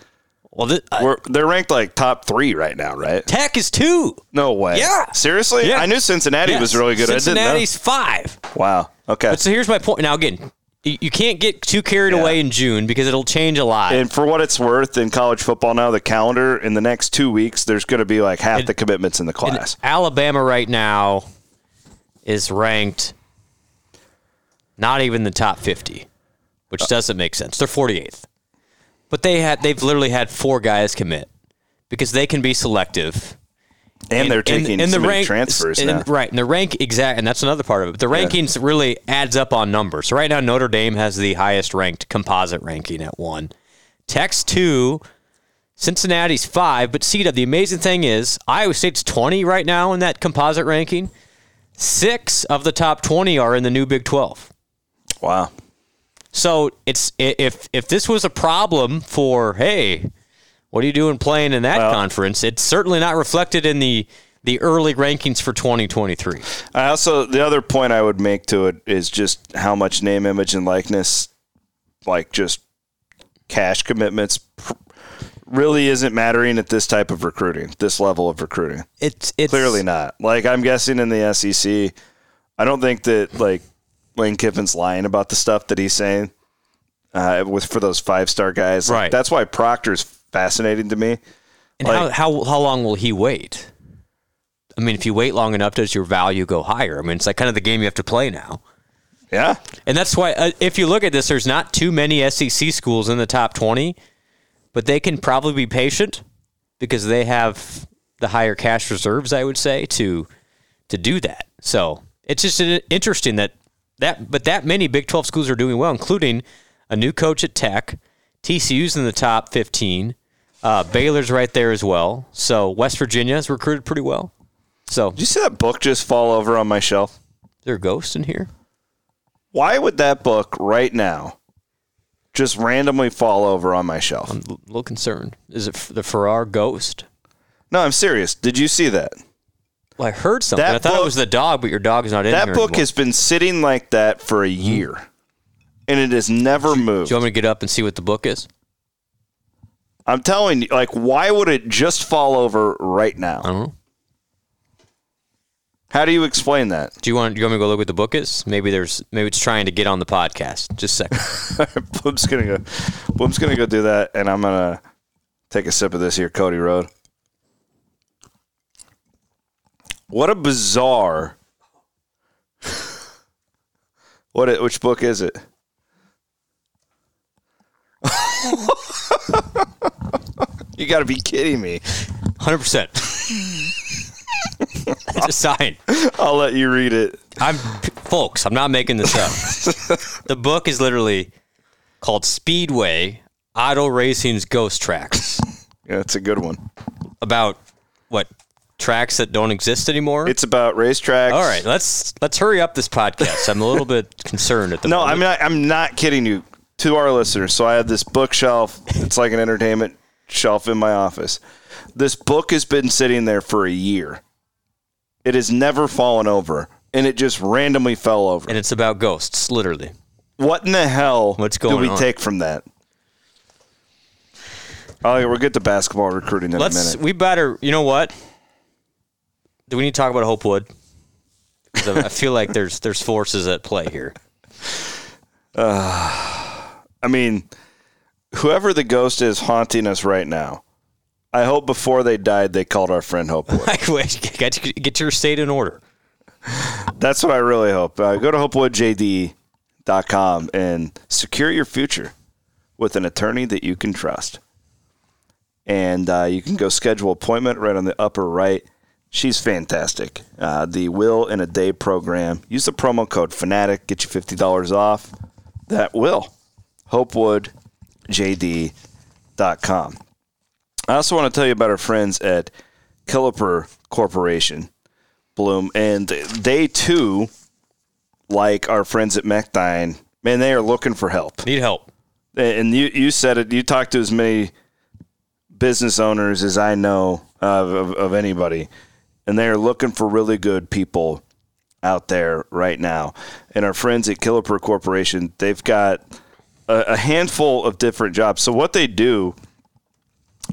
[SPEAKER 3] Well, thi- uh,
[SPEAKER 2] We're, they're ranked like top three right now, right?
[SPEAKER 3] Tech is two.
[SPEAKER 2] No way.
[SPEAKER 3] Yeah.
[SPEAKER 2] Seriously?
[SPEAKER 3] Yeah.
[SPEAKER 2] I knew Cincinnati
[SPEAKER 3] Yes.
[SPEAKER 2] was really good.
[SPEAKER 3] Cincinnati's five.
[SPEAKER 2] I didn't know. Wow. Okay.
[SPEAKER 3] But so here's my point. Now again, you, you can't get too carried
[SPEAKER 2] Yeah.
[SPEAKER 3] away in June because it'll change a lot.
[SPEAKER 2] And for what it's worth, in college football now, the calendar in the next two weeks, there's going to be like half the commitments in the
[SPEAKER 3] And
[SPEAKER 2] class.
[SPEAKER 3] Alabama right now is ranked not even the top 50,
[SPEAKER 2] Uh.
[SPEAKER 3] which doesn't make sense. They're 48th. But they had they've literally had four guys commit because they can be selective.
[SPEAKER 2] And, they're taking so many transfers
[SPEAKER 3] and,
[SPEAKER 2] now.
[SPEAKER 3] Right, and the rank exact and that's another part of it. But the rankings really adds up on numbers. So right now Notre Dame has the highest ranked composite ranking at 1. Tech's 2, Cincinnati's five, but CW, the amazing thing is Iowa State's 20 right now in that composite ranking. Six of the top 20 are in the new Big 12.
[SPEAKER 2] Wow.
[SPEAKER 3] So it's i- if if this was a problem for hey, what are you doing playing in that conference? It's certainly not reflected in the the early rankings for 2023.
[SPEAKER 2] I also the other point I would make to it is just how much name, image, and likeness, like just cash commitments, pr- really isn't mattering at this type of recruiting, this level of recruiting.
[SPEAKER 3] It's it's
[SPEAKER 2] Clearly not. Like I'm guessing in the SEC, I don't think that like Lane Kiffin's lying about the stuff that he's saying uh, with for those five star guys. Like,
[SPEAKER 3] Right.
[SPEAKER 2] that's why Proctor's fascinating to me.
[SPEAKER 3] And
[SPEAKER 2] Like-
[SPEAKER 3] how, how how long will he wait? I mean, if you wait long enough, does your value go higher? I mean, it's like kind of the game you have to play now.
[SPEAKER 2] Yeah.
[SPEAKER 3] And that's why, uh, if you look at this, there's not too many SEC schools in the top 20, but they can probably be patient because they have the higher cash reserves, I would say, to to do that. So it's just an- interesting that that, but that many Big 12 schools are doing well, including a new coach at Tech, TCU's in the top 15, uh, Baylor's right there as well. So West Virginia has recruited pretty well. So
[SPEAKER 2] Did you see that book just fall over on my shelf?
[SPEAKER 3] there are ghosts in here.
[SPEAKER 2] Why would that book right now just randomly fall over on my shelf?
[SPEAKER 3] I'm a little concerned. Is it f- the Farrar ghost?
[SPEAKER 2] No, I'm serious. Did you see that?
[SPEAKER 3] Well, I heard something.
[SPEAKER 2] That
[SPEAKER 3] I thought
[SPEAKER 2] book-
[SPEAKER 3] it was the dog, but your dog's not in
[SPEAKER 2] That
[SPEAKER 3] here
[SPEAKER 2] book
[SPEAKER 3] anymore.
[SPEAKER 2] has been sitting like that for
[SPEAKER 3] Mm-hmm.
[SPEAKER 2] a year, and it has never moved.
[SPEAKER 3] Do you want me to get up and see what the book is?
[SPEAKER 2] I'm telling you, like, why would it just fall over right
[SPEAKER 3] I
[SPEAKER 2] now?
[SPEAKER 3] don't know.
[SPEAKER 2] How do you explain that?
[SPEAKER 3] Do you want? Do you want me to go look what the book is? Maybe there's. Maybe it's trying to get on the podcast. Just a second.
[SPEAKER 2] Bloom's gonna go. Bloom's gonna go do that, and I'm gonna take a sip of this here Cody Road. What a bizarre. What? It, which book is it? you got to be kidding me!
[SPEAKER 3] Hundred percent. It's a sign.
[SPEAKER 2] I'll let you read it.
[SPEAKER 3] I'm, folks. I'm not making this up. the book is literally called Speedway: Auto Racing's Ghost Tracks.
[SPEAKER 2] Yeah, it's a good one.
[SPEAKER 3] About what tracks that don't exist anymore.
[SPEAKER 2] It's about racetracks.
[SPEAKER 3] all right, let's let's hurry up this podcast. I'm a little bit concerned at the
[SPEAKER 2] No,
[SPEAKER 3] moment.
[SPEAKER 2] I'm not. I'm not kidding you. To our listeners, so I have this bookshelf. It's like an entertainment shelf in my office. This book has been sitting there for a year. It has never fallen over, and it just randomly fell over.
[SPEAKER 3] and it's about ghosts, literally.
[SPEAKER 2] What in the hell?
[SPEAKER 3] What's
[SPEAKER 2] do
[SPEAKER 3] going
[SPEAKER 2] we
[SPEAKER 3] on?
[SPEAKER 2] take from that? Oh, yeah, we'll get to basketball recruiting in
[SPEAKER 3] Let's.
[SPEAKER 2] a minute.
[SPEAKER 3] We better. You know what? Do we need to talk about Hopewood? 'Cause I I feel like there's there's forces at play here.
[SPEAKER 2] I mean, whoever the ghost is haunting us right now, I hope before they died they called our friend Hopewood.
[SPEAKER 3] Like, wait, get, get your state in order.
[SPEAKER 2] That's what I really hope. Uh, go to hopewoodjd.com and secure your future with an attorney that you can trust. And uh, you can go schedule appointment right on the upper right. She's fantastic. Uh, the Will in a Day program. Use the promo code Fanatic. Get you fifty dollars off. That will. HopewoodJD.com. I also want to tell you about our friends at Killiper Corporation. Bloom, and they too, like our friends at MechDyne, man, they are looking for help.
[SPEAKER 3] Need help.
[SPEAKER 2] And you, you said it. You talked to as many business owners as I know of, of, of anybody, and they are looking for really good people out there right now. And our friends at Killiper Corporation, they've got a, a handful of different jobs. So what they do,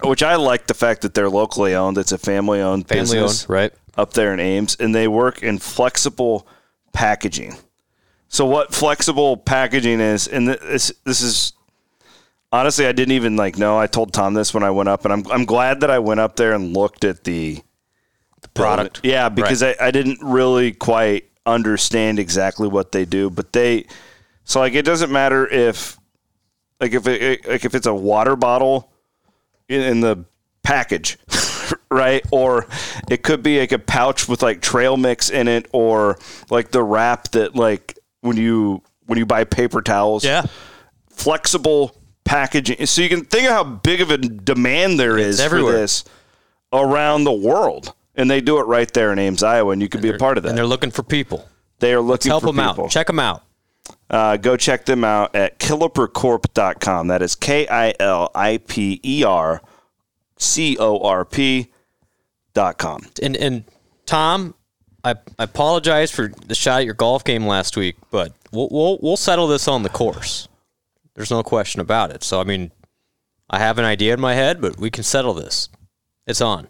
[SPEAKER 2] which I like the fact that they're locally owned. It's a family owned
[SPEAKER 3] Family
[SPEAKER 2] business
[SPEAKER 3] owned, right?
[SPEAKER 2] up there in Ames, and they work in flexible packaging. So what flexible packaging is, and thi- this this is honestly, I didn't even like know. I told Tom this when I went up, and I'm I'm glad that I went up there and looked at the
[SPEAKER 3] Product.
[SPEAKER 2] Yeah, because I, I didn't really quite understand exactly what they do, but they so like it doesn't matter if like if it like if it's a water bottle in, in the package, right? Or it could be like a pouch with like trail mix in it, or like the wrap that like when you when you buy paper towels,
[SPEAKER 3] Yeah.
[SPEAKER 2] flexible packaging. So you can think of how big of a demand there is for
[SPEAKER 3] everywhere.
[SPEAKER 2] this around the world. and they do it right there in Ames, Iowa, and you could be a part of
[SPEAKER 3] And they're
[SPEAKER 2] that.
[SPEAKER 3] looking for people.
[SPEAKER 2] They are looking
[SPEAKER 3] Help
[SPEAKER 2] for
[SPEAKER 3] them
[SPEAKER 2] people.
[SPEAKER 3] out. Check them out.
[SPEAKER 2] Uh, go check them out at killipercorp.com. That is K I L I P E R C O R P dot com.
[SPEAKER 3] And and Tom, I, I apologize for the shot at your golf game last week, but we'll, we'll we'll settle this on the course. There's no question about it. So I mean, I have an idea in my head, but we can settle this. It's on.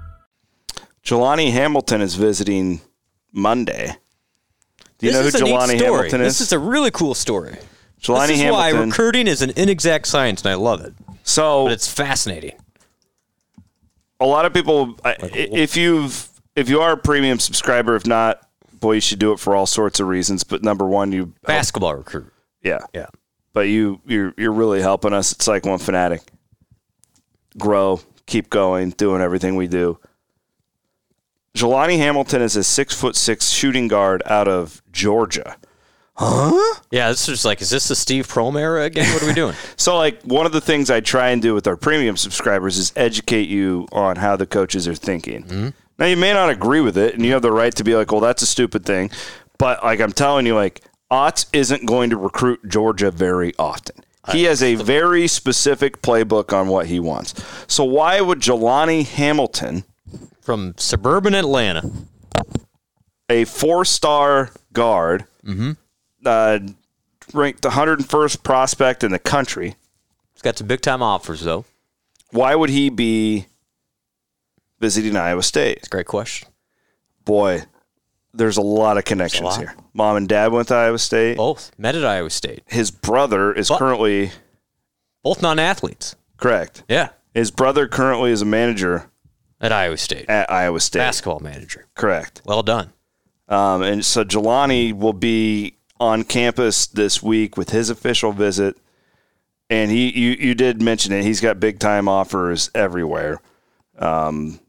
[SPEAKER 2] Jelani Hamilton is visiting Monday. Do you
[SPEAKER 3] This
[SPEAKER 2] know
[SPEAKER 3] is
[SPEAKER 2] who
[SPEAKER 3] a neat
[SPEAKER 2] Jelani
[SPEAKER 3] story.
[SPEAKER 2] Hamilton is?
[SPEAKER 3] This is a really cool story.
[SPEAKER 2] Jelani
[SPEAKER 3] this is why
[SPEAKER 2] Hamilton.
[SPEAKER 3] recruiting is an inexact science, and I love it.
[SPEAKER 2] so
[SPEAKER 3] But it's fascinating.
[SPEAKER 2] Oh. a lot of people I- i if you've if you are a premium subscriber if not boy you should do it for all sorts of reasons but number one you
[SPEAKER 3] Basketball recruit.
[SPEAKER 2] yeah
[SPEAKER 3] Yeah.
[SPEAKER 2] but you you're you're really helping us it's like one fanatic grow keep going doing everything we do Jelani Hamilton is a six foot six shooting guard out of Georgia.
[SPEAKER 3] Yeah, this is like, is this the Steve Prohm era again? What are we doing?
[SPEAKER 2] So, like, one of the things I try and do with our premium subscribers is educate you on how the coaches are thinking. Now, you may not agree with it, and you have the right to be like, well, that's a stupid thing. But, like, I'm telling you, like, Otts isn't going to recruit Georgia very often. He has a very specific playbook on what he wants. So, why would Jelani Hamilton,
[SPEAKER 3] From suburban Atlanta.
[SPEAKER 2] a four star guard, uh, ranked 101st prospect in the country,
[SPEAKER 3] He's got some big time offers, though.
[SPEAKER 2] why would he be visiting Iowa State?
[SPEAKER 3] It's a great question.
[SPEAKER 2] Boy, there's a lot of connections
[SPEAKER 3] lot.
[SPEAKER 2] here. Mom and dad went to Iowa State.
[SPEAKER 3] Both met at Iowa State.
[SPEAKER 2] His brother is
[SPEAKER 3] But-
[SPEAKER 2] currently
[SPEAKER 3] Both non athletes.
[SPEAKER 2] correct.
[SPEAKER 3] Yeah.
[SPEAKER 2] His brother currently is a manager
[SPEAKER 3] At Iowa State.
[SPEAKER 2] at Iowa State.
[SPEAKER 3] Basketball manager.
[SPEAKER 2] Correct.
[SPEAKER 3] Well done.
[SPEAKER 2] Um, and so Jelani will be on campus this week with his official visit. And he, you, you did mention it. He's got big time offers everywhere. Um,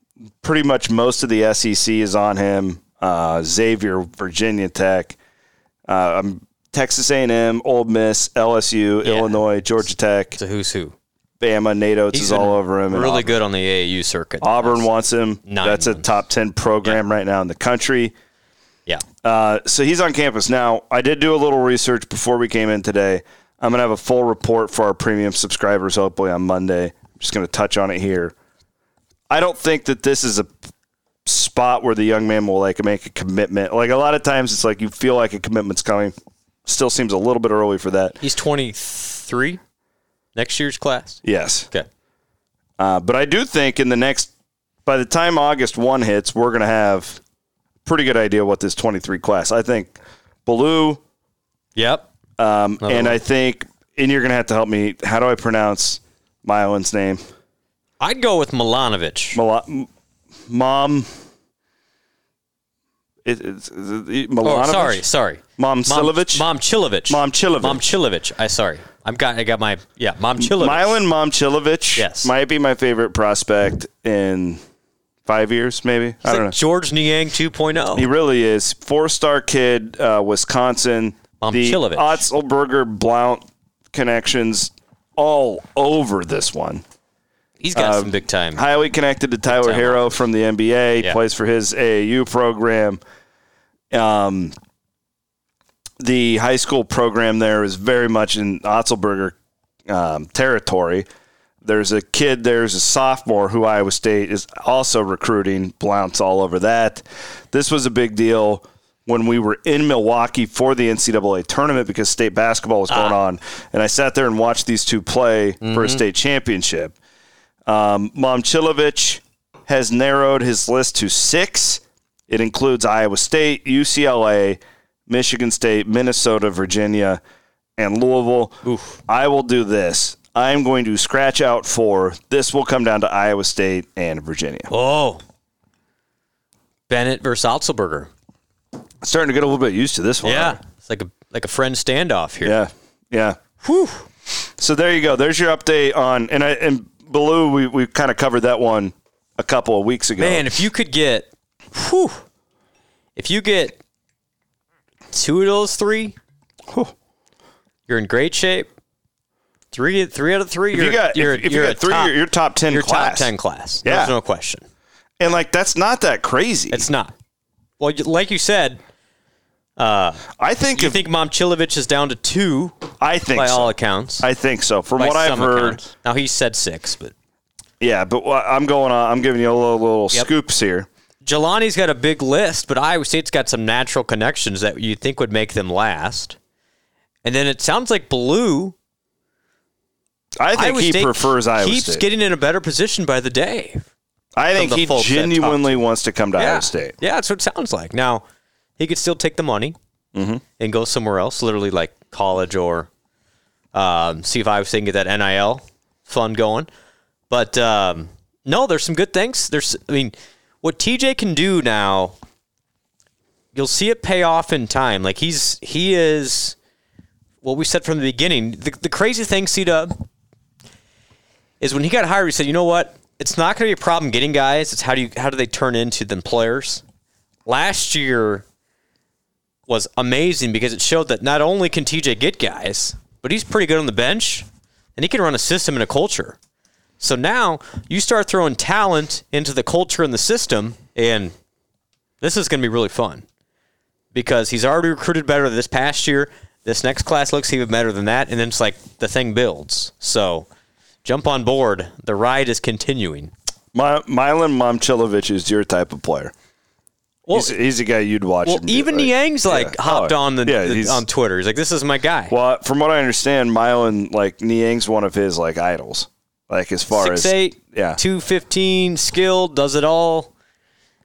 [SPEAKER 2] pretty much most of the SEC is on him. Uh, Xavier, Virginia Tech, uh, um, Texas A&M, Old Miss, LSU,
[SPEAKER 3] Yeah.
[SPEAKER 2] Illinois, Georgia Tech,
[SPEAKER 3] It's a who's who.
[SPEAKER 2] Bama, NATO is
[SPEAKER 3] been
[SPEAKER 2] all over him. and
[SPEAKER 3] Really
[SPEAKER 2] Auburn.
[SPEAKER 3] good on the AAU circuit.
[SPEAKER 2] Auburn wants him.
[SPEAKER 3] Nine
[SPEAKER 2] That's a
[SPEAKER 3] months.
[SPEAKER 2] top ten program right now in the country.
[SPEAKER 3] Yeah.
[SPEAKER 2] Uh, so he's on campus now. I did do a little research before we came in today. I'm gonna have a full report for our premium subscribers hopefully on Monday. I'm just gonna touch on it here. I don't think that this is a spot where the young man will like make a commitment. Like a lot of times, it's like you feel like a commitment's coming. Still seems a little bit early for that.
[SPEAKER 3] He's 23 next year's class.
[SPEAKER 2] Yes,
[SPEAKER 3] Okay.
[SPEAKER 2] uh, but I do think in the next, by the time August one hits, we're gonna have a pretty good idea what this 23 class. I think Baloo,
[SPEAKER 3] Yep.
[SPEAKER 2] Um,
[SPEAKER 3] Another
[SPEAKER 2] and
[SPEAKER 3] one.
[SPEAKER 2] I think, and you're going to have to help me. How do I pronounce Mylan's name?
[SPEAKER 3] I'd go with Milanovic.
[SPEAKER 2] Mila- M- Mom. It, it's, it's- it,
[SPEAKER 3] Oh,
[SPEAKER 2] Milanovic?
[SPEAKER 3] sorry, sorry.
[SPEAKER 2] Mom Silovich?
[SPEAKER 3] Mom Chilovich.
[SPEAKER 2] Momchilovich.
[SPEAKER 3] Mom Chilovich. I sorry. I'm got I got my yeah, Mom Chilovich.
[SPEAKER 2] Mylan Momchilovich
[SPEAKER 3] Yes.
[SPEAKER 2] might be my favorite prospect in five years, maybe.
[SPEAKER 3] He's
[SPEAKER 2] I don't
[SPEAKER 3] like
[SPEAKER 2] know.
[SPEAKER 3] George Niang oh. 2.0.
[SPEAKER 2] He really is. Four star kid, uh, Wisconsin. the
[SPEAKER 3] Momchilovich.
[SPEAKER 2] Otzelberger Blount connections all over this one.
[SPEAKER 3] He's got
[SPEAKER 2] uh,
[SPEAKER 3] some big time.
[SPEAKER 2] highly connected to Tyler
[SPEAKER 3] Tyler.
[SPEAKER 2] Harrow from the NBA.
[SPEAKER 3] Yeah.
[SPEAKER 2] Plays for his AAU program. Um, the high school program there is very much in Otzelberger um, territory. There's a kid. There's a sophomore who Iowa State is also recruiting. Blounts all over that. This was a big deal when we were in Milwaukee for the NCAA tournament because state basketball was
[SPEAKER 3] Ah.
[SPEAKER 2] going on, and I sat there and watched these two play
[SPEAKER 3] Mm-hmm.
[SPEAKER 2] for a state championship. Momchilovich has narrowed his list to six. It includes Iowa State, UCLA, Michigan State, Minnesota, Virginia, and Louisville. I will do this. I'm going to scratch out four. This will come down to Iowa State and Virginia.
[SPEAKER 3] Oh. Bennett versus Otzelberger.
[SPEAKER 2] Starting to get a little bit used to this one.
[SPEAKER 3] It's like a like a friend standoff here.
[SPEAKER 2] Yeah. Yeah. So there you go. There's your update on and I and Baloo, we, we kind of covered that one a couple of weeks ago.
[SPEAKER 3] Man, if you could get whew, if you get two of those three, you're in great shape. Three three out of three,
[SPEAKER 2] If
[SPEAKER 3] you're
[SPEAKER 2] you got
[SPEAKER 3] you're,
[SPEAKER 2] if, if
[SPEAKER 3] you're
[SPEAKER 2] you
[SPEAKER 3] a
[SPEAKER 2] got three,
[SPEAKER 3] top,
[SPEAKER 2] you're, you're top ten
[SPEAKER 3] you're
[SPEAKER 2] class.
[SPEAKER 3] top ten class.
[SPEAKER 2] Yeah.
[SPEAKER 3] There's no question.
[SPEAKER 2] And like that's not that crazy.
[SPEAKER 3] It's not. Well, you- like you said,
[SPEAKER 2] I think
[SPEAKER 3] you
[SPEAKER 2] if
[SPEAKER 3] think Momchilovich is down to two
[SPEAKER 2] I think
[SPEAKER 3] by
[SPEAKER 2] so.
[SPEAKER 3] all accounts.
[SPEAKER 2] I think so. From
[SPEAKER 3] by
[SPEAKER 2] what I've
[SPEAKER 3] some
[SPEAKER 2] heard,
[SPEAKER 3] accounts. now he said six, but
[SPEAKER 2] yeah. But what I'm going on. I'm giving you a little, little
[SPEAKER 3] Yep.
[SPEAKER 2] scoops here.
[SPEAKER 3] Jelani's got a big list, but Iowa State's got some natural connections that you think would make them last. And then it sounds like Blue.
[SPEAKER 2] I think
[SPEAKER 3] Iowa
[SPEAKER 2] he
[SPEAKER 3] State
[SPEAKER 2] prefers Iowa
[SPEAKER 3] keeps
[SPEAKER 2] State.
[SPEAKER 3] getting in a better position by the day.
[SPEAKER 2] I think
[SPEAKER 3] the
[SPEAKER 2] he
[SPEAKER 3] folks that talk
[SPEAKER 2] genuinely wants to come to Iowa State.
[SPEAKER 3] Yeah, that's what it sounds like. Now, he could still take the money
[SPEAKER 2] Mm-hmm.
[SPEAKER 3] and go somewhere else, literally like college or um, see if Iowa State can get that NIL fund going. But um, no, there's some good things. There's, I mean, what TJ can do now, you'll see it pay off in time. Like he's he is what we said from the beginning. The, the crazy thing, C Dub, is when he got hired, he said, "You know what? It's not going to be a problem getting guys. It's how do you how do they turn into them players?" Last year was amazing because it showed that not only can TJ get guys, but he's pretty good on the bench, and he can run a system and a culture. So now you start throwing talent into the culture and the system, and this is going to be really fun because he's already recruited better this past year. This next class looks even better than that, and then it's like the thing builds. So jump on board. The ride is continuing.
[SPEAKER 2] My, Milan Momchilovich is your type of player.
[SPEAKER 3] Well,
[SPEAKER 2] he's, he's a guy you'd watch.
[SPEAKER 3] well
[SPEAKER 2] and be
[SPEAKER 3] even
[SPEAKER 2] like,
[SPEAKER 3] Yang's like
[SPEAKER 2] yeah.
[SPEAKER 3] hopped
[SPEAKER 2] Oh,
[SPEAKER 3] on the,
[SPEAKER 2] yeah,
[SPEAKER 3] the-
[SPEAKER 2] he's-
[SPEAKER 3] on Twitter. He's like, "This is my guy."
[SPEAKER 2] Well, from what I understand, Milan like Niang's one of his like idols. Like as far
[SPEAKER 3] Six
[SPEAKER 2] as
[SPEAKER 3] eight,
[SPEAKER 2] yeah,
[SPEAKER 3] two fifteen, skilled, does it all.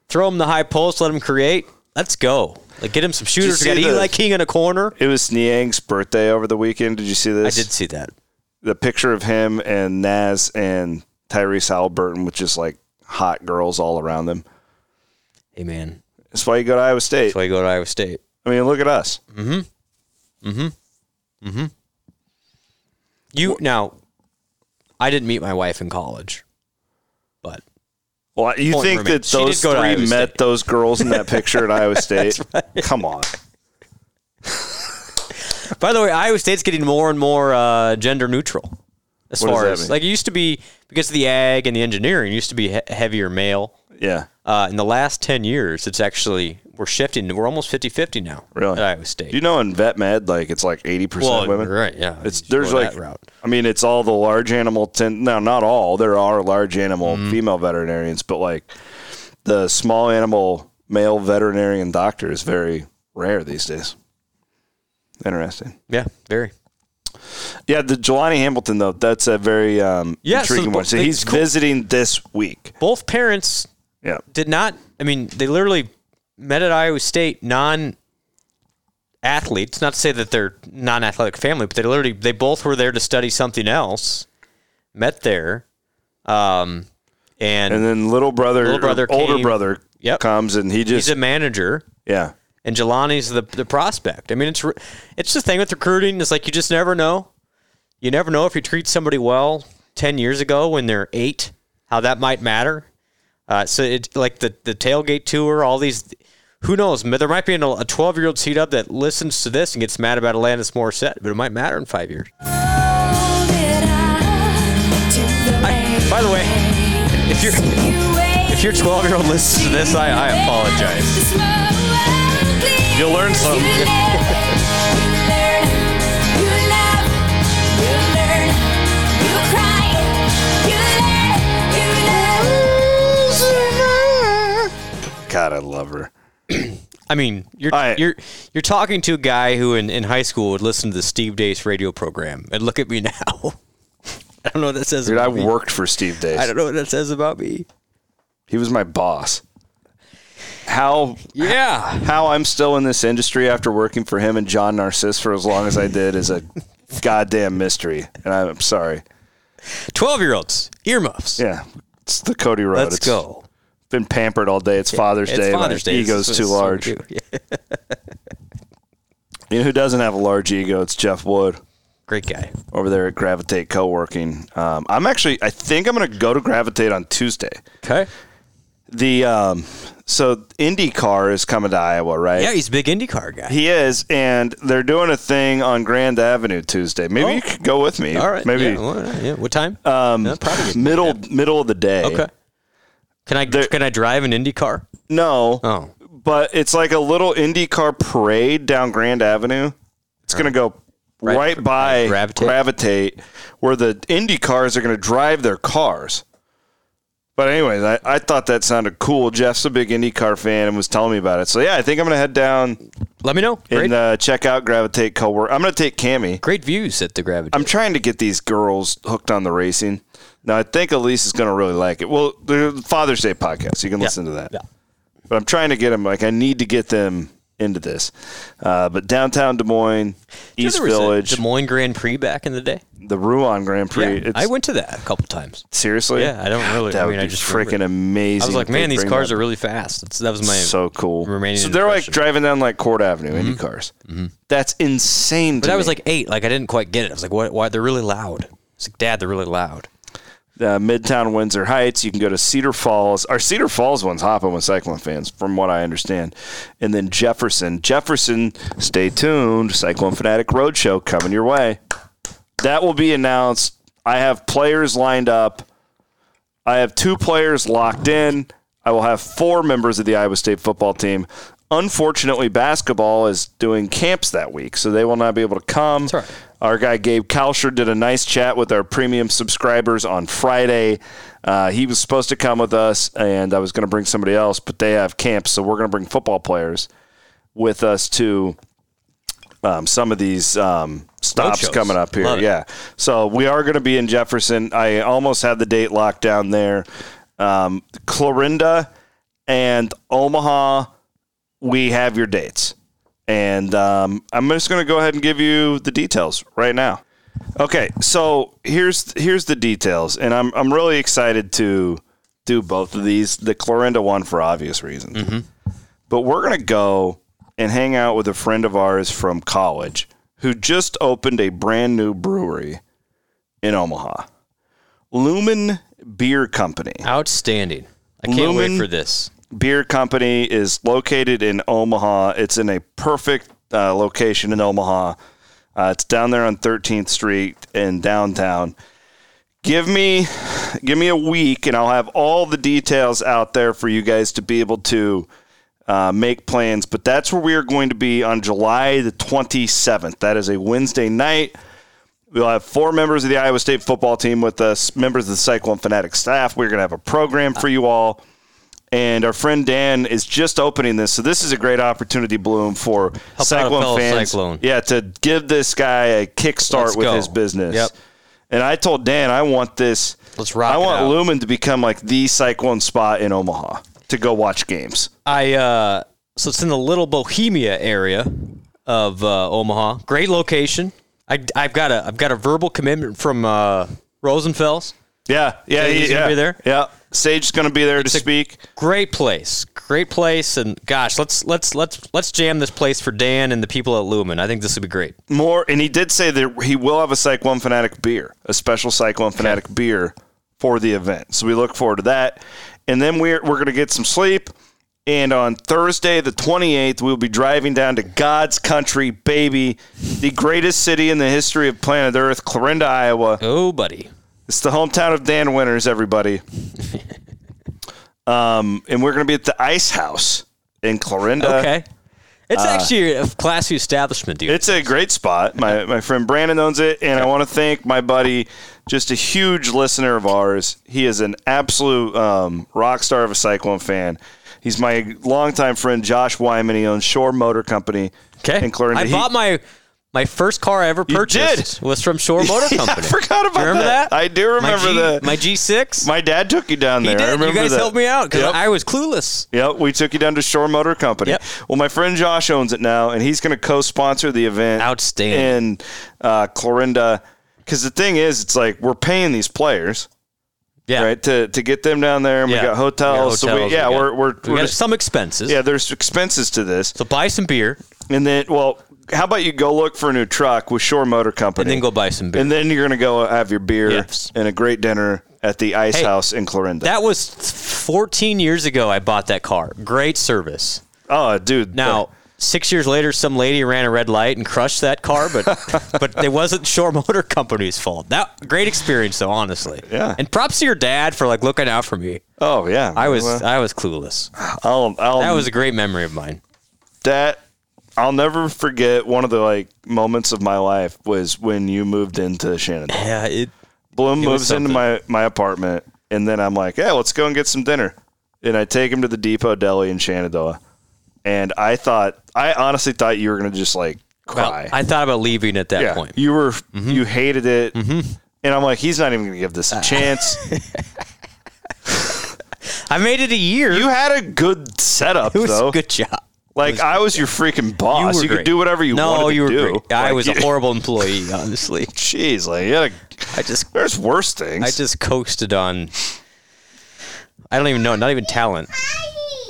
[SPEAKER 3] Throw him the high post, let him create. Let's go. Like get him some shooters. We
[SPEAKER 2] see
[SPEAKER 3] got
[SPEAKER 2] the-
[SPEAKER 3] Eli King in a corner.
[SPEAKER 2] it was Niang's birthday over the weekend. Did you see
[SPEAKER 3] I
[SPEAKER 2] this?
[SPEAKER 3] did see that.
[SPEAKER 2] the picture of him and Nas and Tyrese Halliburton with just like hot girls all around them.
[SPEAKER 3] Hey man,
[SPEAKER 2] That's Mm-hmm. why you go to Iowa State.
[SPEAKER 3] that's why you go to Iowa State.
[SPEAKER 2] I mean, look at us.
[SPEAKER 3] You now, I didn't meet my wife in college, but
[SPEAKER 2] Well, you
[SPEAKER 3] Point
[SPEAKER 2] think
[SPEAKER 3] remains.
[SPEAKER 2] that
[SPEAKER 3] She did
[SPEAKER 2] those
[SPEAKER 3] go to
[SPEAKER 2] three
[SPEAKER 3] Iowa
[SPEAKER 2] met
[SPEAKER 3] State.
[SPEAKER 2] those girls in that picture at Iowa State? Come on.
[SPEAKER 3] By the way, Iowa State's getting more and more uh, gender neutral. As
[SPEAKER 2] What does
[SPEAKER 3] far
[SPEAKER 2] that
[SPEAKER 3] as
[SPEAKER 2] mean?
[SPEAKER 3] like it used to be because of the ag and the engineering, it used to be he- heavier male.
[SPEAKER 2] Yeah.
[SPEAKER 3] Uh, in the last 10 years, it's actually, we're shifting. We're almost 50 50 now
[SPEAKER 2] Really?
[SPEAKER 3] at Iowa State.
[SPEAKER 2] You know, in vet med, like it's like eighty percent women.
[SPEAKER 3] right, yeah.
[SPEAKER 2] It's
[SPEAKER 3] You
[SPEAKER 2] there's
[SPEAKER 3] go
[SPEAKER 2] like
[SPEAKER 3] that route.
[SPEAKER 2] I mean, it's all the large animal. Ten, no, not all. There are large animal
[SPEAKER 3] Mm.
[SPEAKER 2] female veterinarians, but like the small animal male veterinarian doctor is very rare these days. Interesting.
[SPEAKER 3] Yeah, very.
[SPEAKER 2] Yeah, the Jelani Hamilton though. That's a very um,
[SPEAKER 3] Yeah, so
[SPEAKER 2] intriguing
[SPEAKER 3] the-
[SPEAKER 2] one. So
[SPEAKER 3] it's
[SPEAKER 2] he's
[SPEAKER 3] cool.
[SPEAKER 2] visiting this week.
[SPEAKER 3] Both parents
[SPEAKER 2] Yeah.
[SPEAKER 3] did not, I mean, they literally met at Iowa State non athletes, not to say that they're non athletic family, but they literally, they both were there to study something else, met there. Um, and,
[SPEAKER 2] And then little brother,
[SPEAKER 3] Little brother
[SPEAKER 2] or older
[SPEAKER 3] came.
[SPEAKER 2] brother,
[SPEAKER 3] Yep.
[SPEAKER 2] comes and he just
[SPEAKER 3] he's a manager.
[SPEAKER 2] yeah.
[SPEAKER 3] and Jelani's the the prospect. I mean, it's re- it's the thing with recruiting. It's like you just never know. You never know if you treat somebody well ten years ago when they're eight, how that might matter. Uh, so it's like the the tailgate tour, all these. Who knows? Ma- There might be an, a 12 year old C-Dub that listens to this and gets mad about Alanis Morissette, but it might matter in five years. I, by the way, if you're if your 12 year old listens to this, I, I apologize.
[SPEAKER 2] You'll learn something. God, I love her.
[SPEAKER 3] I mean, you're
[SPEAKER 2] All right.
[SPEAKER 3] you're you're talking to a guy who in, in high school would listen to the Steve Dace radio program, and look at me now. I don't know what that says.
[SPEAKER 2] Dude, I
[SPEAKER 3] about me.
[SPEAKER 2] worked for Steve Dace.
[SPEAKER 3] I don't know what that says about me.
[SPEAKER 2] He was my boss. How
[SPEAKER 3] Yeah,
[SPEAKER 2] how I'm still in this industry after working for him and John Narciss for as long as I did is a goddamn mystery. And I'm sorry.
[SPEAKER 3] twelve year olds earmuffs.
[SPEAKER 2] Yeah, it's the Cody Road.
[SPEAKER 3] Let's
[SPEAKER 2] It's
[SPEAKER 3] go.
[SPEAKER 2] been pampered all day. It's Father's
[SPEAKER 3] It's
[SPEAKER 2] Day. My
[SPEAKER 3] Father's Day.
[SPEAKER 2] Ego's
[SPEAKER 3] It's-
[SPEAKER 2] too
[SPEAKER 3] it's-
[SPEAKER 2] large. You know who doesn't have a large ego? It's Jeff Wood
[SPEAKER 3] Great guy.
[SPEAKER 2] over there at Gravitate Co-working. Um, I'm actually, I think I'm going to go to Gravitate on Tuesday.
[SPEAKER 3] Okay.
[SPEAKER 2] The um, so IndyCar is coming to Iowa, right?
[SPEAKER 3] Yeah, he's a big IndyCar guy.
[SPEAKER 2] He is, and they're doing a thing on Grand Avenue Tuesday. Maybe
[SPEAKER 3] Oh.
[SPEAKER 2] you could go with me.
[SPEAKER 3] All right.
[SPEAKER 2] maybe
[SPEAKER 3] Yeah, well, all right, yeah. What time?
[SPEAKER 2] um,
[SPEAKER 3] Yeah, probably good.
[SPEAKER 2] middle middle of the day.
[SPEAKER 3] Okay. Can I
[SPEAKER 2] There-
[SPEAKER 3] can I drive an IndyCar?
[SPEAKER 2] No,
[SPEAKER 3] Oh.
[SPEAKER 2] but it's like a little IndyCar parade down Grand Avenue. It's going to go right,
[SPEAKER 3] Right-
[SPEAKER 2] by
[SPEAKER 3] right, Gravitate.
[SPEAKER 2] Gravitate, where the Indy cars are going to drive their cars. But anyways, I, I thought that sounded cool. Jeff's a big IndyCar fan and was telling me about it. So yeah, I think I'm going to head down
[SPEAKER 3] Let me know. Great,
[SPEAKER 2] and uh, check out Gravitate Cowork. I'm going to take Cammy.
[SPEAKER 3] great views at the Gravity.
[SPEAKER 2] I'm trying to get these girls hooked on the racing. Now I think Elise is going to really like it. Well, the Father's Day podcast, you can listen to that.
[SPEAKER 3] Yeah.
[SPEAKER 2] But I'm trying to get them. Like I need to get them into this. Uh, but downtown Des Moines,
[SPEAKER 3] Dude,
[SPEAKER 2] East
[SPEAKER 3] there was a
[SPEAKER 2] Village,
[SPEAKER 3] Des Moines Grand Prix back in the day.
[SPEAKER 2] the Rouen Grand Prix.
[SPEAKER 3] yeah, I went to that a couple times.
[SPEAKER 2] seriously.
[SPEAKER 3] Yeah, I don't really-
[SPEAKER 2] That
[SPEAKER 3] I
[SPEAKER 2] would
[SPEAKER 3] mean,
[SPEAKER 2] be
[SPEAKER 3] I just remember
[SPEAKER 2] freaking
[SPEAKER 3] it.
[SPEAKER 2] amazing.
[SPEAKER 3] I was like,
[SPEAKER 2] if
[SPEAKER 3] man,
[SPEAKER 2] they
[SPEAKER 3] these
[SPEAKER 2] bring
[SPEAKER 3] cars
[SPEAKER 2] that
[SPEAKER 3] are really fast. That's, that was my
[SPEAKER 2] so cool.
[SPEAKER 3] remaining
[SPEAKER 2] So they're like
[SPEAKER 3] impression. Mm-hmm.
[SPEAKER 2] driving down like Court Avenue, Indy cars. That's insane.
[SPEAKER 3] But
[SPEAKER 2] to
[SPEAKER 3] I was
[SPEAKER 2] me.
[SPEAKER 3] like eight. Like I didn't quite get it. I was like, what? Why they're really loud? It's like, Dad, they're really loud.
[SPEAKER 2] uh, Midtown Windsor Heights. You can go to Cedar Falls. Our Cedar Falls one's hopping with cycling fans, from what I understand. And then Jefferson. Jefferson, stay tuned. Cycling Fanatic Roadshow coming your way. That will be announced. I have players lined up. I have two players locked in. I will have four members of the Iowa State football team. Unfortunately, basketball is doing camps that week, so they will not be able to come.
[SPEAKER 3] all right.
[SPEAKER 2] Our guy Gabe Kalsher did a nice chat with our premium subscribers on Friday. Uh, he was supposed to come with us, and I was going to bring somebody else, but they have camps, so we're going to bring football players with us to um, some of these um, stops
[SPEAKER 3] Road shows.
[SPEAKER 2] coming up here.
[SPEAKER 3] Love it.
[SPEAKER 2] yeah. So we are going to be in Jefferson. I almost had the date locked down there. Um, Clarinda and Omaha, we have your dates. And um, I'm just going to go ahead and give you the details right now. Okay, so here's here's the details, and I'm I'm really excited to do both of these. The Clarinda one for obvious reasons, but we're gonna go and hang out with a friend of ours from college who just opened a brand new brewery in Omaha, Lumen Beer Company.
[SPEAKER 3] Outstanding. I can't
[SPEAKER 2] Lumen-
[SPEAKER 3] wait for this.
[SPEAKER 2] Beer Company is located in Omaha. It's in a perfect uh, location in Omaha. Uh, it's down there on 13th Street in downtown. Give me, give me a week, and I'll have all the details out there for you guys to be able to uh, make plans. But that's where we are going to be on July the 27th. That is a Wednesday night. We'll have four members of the Iowa State football team with us, members of the Cyclone Fanatic staff. We're going to have a program for you all and our friend Dan is just opening this, so this is a great opportunity, Bloom, for
[SPEAKER 3] out a
[SPEAKER 2] Cyclone
[SPEAKER 3] fellow
[SPEAKER 2] fans.
[SPEAKER 3] Cyclone.
[SPEAKER 2] Yeah, to give this guy a kickstart
[SPEAKER 3] Let's
[SPEAKER 2] with
[SPEAKER 3] go.
[SPEAKER 2] his business.
[SPEAKER 3] Yep.
[SPEAKER 2] And I told Dan I want this.
[SPEAKER 3] Let's rock
[SPEAKER 2] I
[SPEAKER 3] it
[SPEAKER 2] want
[SPEAKER 3] out.
[SPEAKER 2] Lumen to become like the Cyclone spot in Omaha to go watch games.
[SPEAKER 3] I uh, so it's in the little Bohemia area of uh, Omaha. Great location. I, I've got a I've got a verbal commitment from uh, Rosenfels.
[SPEAKER 2] Yeah, yeah,
[SPEAKER 3] Sage
[SPEAKER 2] yeah.
[SPEAKER 3] is gonna be there?
[SPEAKER 2] Yeah, Sage's going to be there to speak.
[SPEAKER 3] Great place. Great place. And gosh, let's let's let's let's jam this place for Dan and the people at Lumen. I think this would be great.
[SPEAKER 2] more and he did say that he will have a Cyclone Fanatic beer, a special Cyclone Fanatic beer for the event. So we look forward to that. And then we're we're gonna get some sleep. And on Thursday, the 28th, we'll be driving down to God's country, baby, the greatest city in the history of planet Earth, Clarinda, Iowa.
[SPEAKER 3] Oh, buddy.
[SPEAKER 2] It's the hometown of Dan Winters, everybody. um, and we're gonna be at the Ice House in Clarinda.
[SPEAKER 3] Okay. It's actually a classy establishment, dude.
[SPEAKER 2] uh, It's a great spot. My my friend Brandon owns it, and I want to thank my buddy, just a huge listener of ours. He is an absolute um, rock star of a Cyclone fan. He's my longtime friend Josh Wyman. He owns Shore Motor Company
[SPEAKER 3] okay.
[SPEAKER 2] in Clarinda.
[SPEAKER 3] I
[SPEAKER 2] He-
[SPEAKER 3] bought my my first car I ever
[SPEAKER 2] You
[SPEAKER 3] purchased was from Shore Motor
[SPEAKER 2] Yeah,
[SPEAKER 3] Company.
[SPEAKER 2] I forgot about
[SPEAKER 3] You remember
[SPEAKER 2] that.
[SPEAKER 3] that.
[SPEAKER 2] I do remember
[SPEAKER 3] my G,
[SPEAKER 2] that.
[SPEAKER 3] My G6.
[SPEAKER 2] my dad took you down
[SPEAKER 3] he
[SPEAKER 2] there. I
[SPEAKER 3] did.
[SPEAKER 2] remember
[SPEAKER 3] You guys
[SPEAKER 2] that.
[SPEAKER 3] helped me out because
[SPEAKER 2] Yep.
[SPEAKER 3] I was clueless.
[SPEAKER 2] Yep, we took you down to Shore Motor Company.
[SPEAKER 3] Yep.
[SPEAKER 2] Well, my friend Josh owns it now, and he's going to co-sponsor the event.
[SPEAKER 3] Outstanding.
[SPEAKER 2] in uh, Clorinda, because the thing is, it's like we're paying these players,
[SPEAKER 3] Yeah.
[SPEAKER 2] Right to to get them down there, and
[SPEAKER 3] Yeah.
[SPEAKER 2] we got hotels. so we,
[SPEAKER 3] we
[SPEAKER 2] yeah,
[SPEAKER 3] got-
[SPEAKER 2] we're we're,
[SPEAKER 3] we
[SPEAKER 2] we're
[SPEAKER 3] got
[SPEAKER 2] just-
[SPEAKER 3] some expenses.
[SPEAKER 2] yeah. There's expenses to this,
[SPEAKER 3] So buy some beer
[SPEAKER 2] and then well, how about you go look for a new truck with Shore Motor Company,
[SPEAKER 3] and then go buy some beer.
[SPEAKER 2] and then you're gonna go have your beer
[SPEAKER 3] Yes.
[SPEAKER 2] and a great dinner at the Ice
[SPEAKER 3] Hey,
[SPEAKER 2] House in Clarinda.
[SPEAKER 3] that was 14 years ago I bought that car. Great service.
[SPEAKER 2] oh, dude.
[SPEAKER 3] Now, six years later, some lady ran a red light and crushed that car, but but it wasn't Shore Motor Company's fault. That great experience, though, honestly.
[SPEAKER 2] Yeah.
[SPEAKER 3] And props to your dad for like looking out for me.
[SPEAKER 2] oh yeah,
[SPEAKER 3] I was
[SPEAKER 2] Well, um,
[SPEAKER 3] I was clueless.
[SPEAKER 2] I'll, I'll,
[SPEAKER 3] That was a great memory of mine.
[SPEAKER 2] that I'll never forget one of the like moments of my life was when you moved into Shenandoah.
[SPEAKER 3] Yeah. It,
[SPEAKER 2] Bloom
[SPEAKER 3] was
[SPEAKER 2] moves into
[SPEAKER 3] something.
[SPEAKER 2] my my apartment and then I'm like, "Yeah, let's go and get some dinner." And I take him to the Depot Deli in Shenandoah. And I thought I honestly thought you were going to just like
[SPEAKER 3] well,
[SPEAKER 2] cry.
[SPEAKER 3] I thought about leaving at that
[SPEAKER 2] yeah.
[SPEAKER 3] point. Mm-hmm.
[SPEAKER 2] You were you hated it. And I'm like, "He's not even going to give this
[SPEAKER 3] Ah.
[SPEAKER 2] a chance."
[SPEAKER 3] I made it a year.
[SPEAKER 2] you had a good setup
[SPEAKER 3] it was
[SPEAKER 2] though.
[SPEAKER 3] a good job.
[SPEAKER 2] Like I was your freaking boss. You, could
[SPEAKER 3] great.
[SPEAKER 2] do whatever you
[SPEAKER 3] no,
[SPEAKER 2] wanted to
[SPEAKER 3] you were
[SPEAKER 2] do.
[SPEAKER 3] Great. I
[SPEAKER 2] Like,
[SPEAKER 3] was
[SPEAKER 2] you-
[SPEAKER 3] a horrible employee, honestly.
[SPEAKER 2] Jeez, like you had a,
[SPEAKER 3] I just
[SPEAKER 2] there's worse things.
[SPEAKER 3] I just coasted on. I don't even know, not even talent.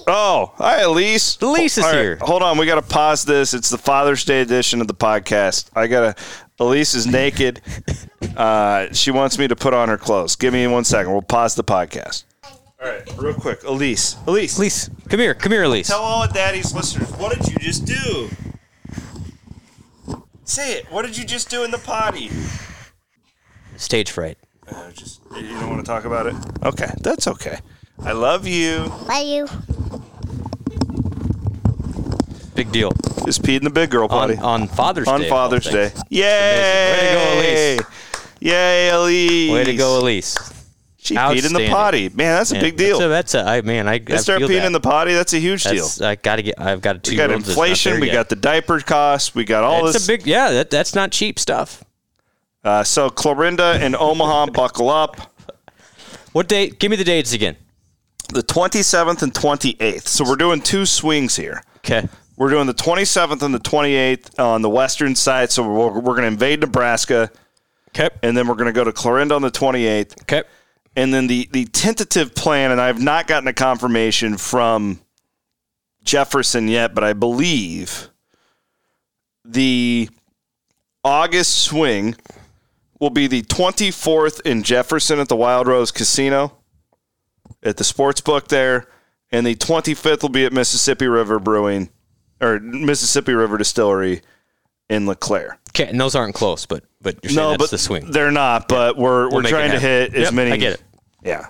[SPEAKER 2] Oh, hi, Elise.
[SPEAKER 3] Elise is
[SPEAKER 2] All right,
[SPEAKER 3] here.
[SPEAKER 2] Hold on, we got to pause this. It's the Father's Day edition of the podcast. I gotta. Elise is naked. uh, she wants me to put on her clothes. Give me one second. We'll pause the podcast. All right, real quick, Elise. Elise,
[SPEAKER 3] Elise, come here, come here, Elise.
[SPEAKER 2] tell all of Daddy's listeners what did you just do? Say it. What did you just do in the potty?
[SPEAKER 3] Stage fright.
[SPEAKER 2] Uh, just you don't want to talk about it. Okay, that's okay. I love you.
[SPEAKER 4] Love you.
[SPEAKER 3] Big deal.
[SPEAKER 2] Just peed in the big girl potty.
[SPEAKER 3] On, on Father's
[SPEAKER 2] on
[SPEAKER 3] Day. of all
[SPEAKER 2] Father's Day.
[SPEAKER 3] things.
[SPEAKER 2] Yay!
[SPEAKER 3] Way to go,
[SPEAKER 2] Yay, Elise!
[SPEAKER 3] Way to go, Elise.
[SPEAKER 2] She peed in the
[SPEAKER 3] Outstanding.
[SPEAKER 2] potty. Man, that's a
[SPEAKER 3] Man,
[SPEAKER 2] big deal.
[SPEAKER 3] That's a, that's a I, man, I, I
[SPEAKER 2] they start
[SPEAKER 3] feel
[SPEAKER 2] peeing
[SPEAKER 3] that.
[SPEAKER 2] in the potty. That's a huge deal.
[SPEAKER 3] That's, I gotta get. I've got a two.
[SPEAKER 2] We got inflation. We got the diaper costs. We got all
[SPEAKER 3] It's
[SPEAKER 2] this.
[SPEAKER 3] a big. Yeah, that, that's not cheap stuff.
[SPEAKER 2] uh, so Clorinda and Omaha, buckle up.
[SPEAKER 3] What date? Give me the dates again.
[SPEAKER 2] The 27th and 28th. So we're doing two swings here.
[SPEAKER 3] Okay.
[SPEAKER 2] We're doing the 27th and the 28th on the western side. So we're, we're going to invade Nebraska,
[SPEAKER 3] Okay.
[SPEAKER 2] and then we're going to go to Clorinda on the 28th.
[SPEAKER 3] Okay.
[SPEAKER 2] And then the the tentative plan, and I've not gotten a confirmation from Jefferson yet, but I believe the August swing will be the 24th in Jefferson at the Wild Rose Casino at the sports book there, and the 25th will be at Mississippi River Brewing or Mississippi River Distillery in LeClaire.
[SPEAKER 3] Okay. And those aren't close, but but you're saying that's the swing.
[SPEAKER 2] they're not. But we're we're
[SPEAKER 3] We'll make it
[SPEAKER 2] trying to
[SPEAKER 3] happen.
[SPEAKER 2] hit as
[SPEAKER 3] Yep,
[SPEAKER 2] many.
[SPEAKER 3] I get it.
[SPEAKER 2] Yeah.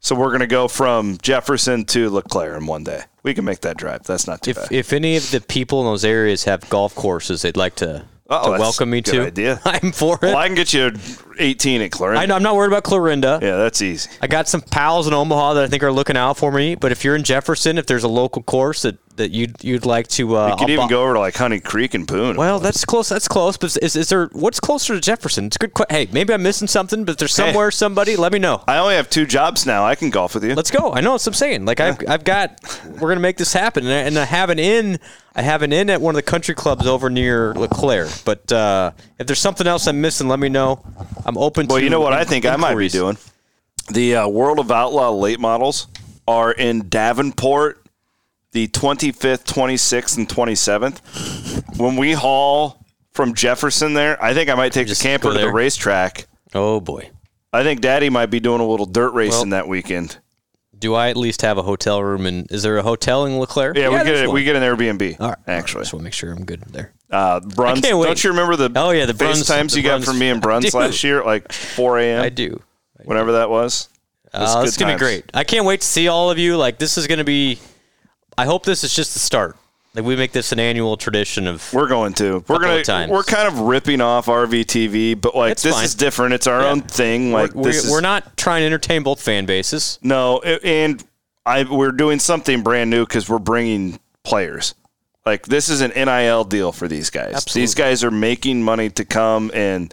[SPEAKER 2] So we're gonna go from Jefferson to LeClaire in one day. We can make that drive. That's not too
[SPEAKER 3] If,
[SPEAKER 2] bad.
[SPEAKER 3] if any of the people in those areas have golf courses they'd like to,
[SPEAKER 2] Uh-oh,
[SPEAKER 3] to
[SPEAKER 2] that's
[SPEAKER 3] welcome me
[SPEAKER 2] a good
[SPEAKER 3] to,
[SPEAKER 2] idea.
[SPEAKER 3] I'm for it.
[SPEAKER 2] well, I can get you 18 at Clarinda.
[SPEAKER 3] I know, I'm not worried about Clarinda.
[SPEAKER 2] Yeah, that's easy.
[SPEAKER 3] I got some pals in Omaha that I think are looking out for me. But if you're in Jefferson, if there's a local course that, that you'd you'd like to, uh,
[SPEAKER 2] You could
[SPEAKER 3] I'll
[SPEAKER 2] even
[SPEAKER 3] bu-
[SPEAKER 2] go over to like Honey Creek and Boone.
[SPEAKER 3] Well, that's close. That's close. But is, is there what's closer to Jefferson? It's a good. Qu- hey, maybe I'm missing something. But if there's somewhere somebody, let me know.
[SPEAKER 2] I only have two jobs now. I can golf with you.
[SPEAKER 3] Let's go. I know that's what I'm saying. Like I've, I've got, we're gonna make this happen. And I, and I have an inn. I have an inn at one of the country clubs over near LeClaire. But uh, if there's something else I'm missing, let me know. I'm open.
[SPEAKER 2] well,
[SPEAKER 3] to
[SPEAKER 2] you know what I
[SPEAKER 3] in-
[SPEAKER 2] think I might be
[SPEAKER 3] inquiries.
[SPEAKER 2] doing. The uh, World of Outlaw late models are in Davenport, the 25th, 26th, and 27th. When we haul from Jefferson there, I think I might take
[SPEAKER 3] Just
[SPEAKER 2] the camper
[SPEAKER 3] go
[SPEAKER 2] to the
[SPEAKER 3] there.
[SPEAKER 2] racetrack.
[SPEAKER 3] Oh boy.
[SPEAKER 2] I think Daddy might be doing a little dirt racing that weekend.
[SPEAKER 3] Do I at least have a hotel room? And is there a hotel in LeClaire?
[SPEAKER 2] Yeah, we
[SPEAKER 3] there's
[SPEAKER 2] get a,
[SPEAKER 3] one.
[SPEAKER 2] we get an Airbnb.
[SPEAKER 3] All right,
[SPEAKER 2] actually,
[SPEAKER 3] Just want to make sure I'm good there.
[SPEAKER 2] uh, Bruns.
[SPEAKER 3] I can't wait.
[SPEAKER 2] Don't you remember the
[SPEAKER 3] Oh, yeah, the Bruns-
[SPEAKER 2] FaceTimes
[SPEAKER 3] the
[SPEAKER 2] you got
[SPEAKER 3] Bruns-
[SPEAKER 2] from me and
[SPEAKER 3] I
[SPEAKER 2] Bruns
[SPEAKER 3] do.
[SPEAKER 2] last year, at like 4 a.m.
[SPEAKER 3] I do.
[SPEAKER 2] whenever that was. That's
[SPEAKER 3] Uh,
[SPEAKER 2] good
[SPEAKER 3] this is gonna be
[SPEAKER 2] times.
[SPEAKER 3] great. I can't wait to see all of you. Like this is gonna be. I hope this is just the start. Like we make this an annual tradition of.
[SPEAKER 2] We're going to. We're
[SPEAKER 3] Couple
[SPEAKER 2] gonna.
[SPEAKER 3] of times.
[SPEAKER 2] We're kind of ripping off RVTV, but like
[SPEAKER 3] It's
[SPEAKER 2] this
[SPEAKER 3] fine.
[SPEAKER 2] is different. It's our own thing. Like
[SPEAKER 3] we're,
[SPEAKER 2] this is
[SPEAKER 3] we're not trying to entertain both fan bases.
[SPEAKER 2] No, a- and I we're doing something brand new because we're bringing players. Like this is an NIL deal for these guys. These guys are making money to come and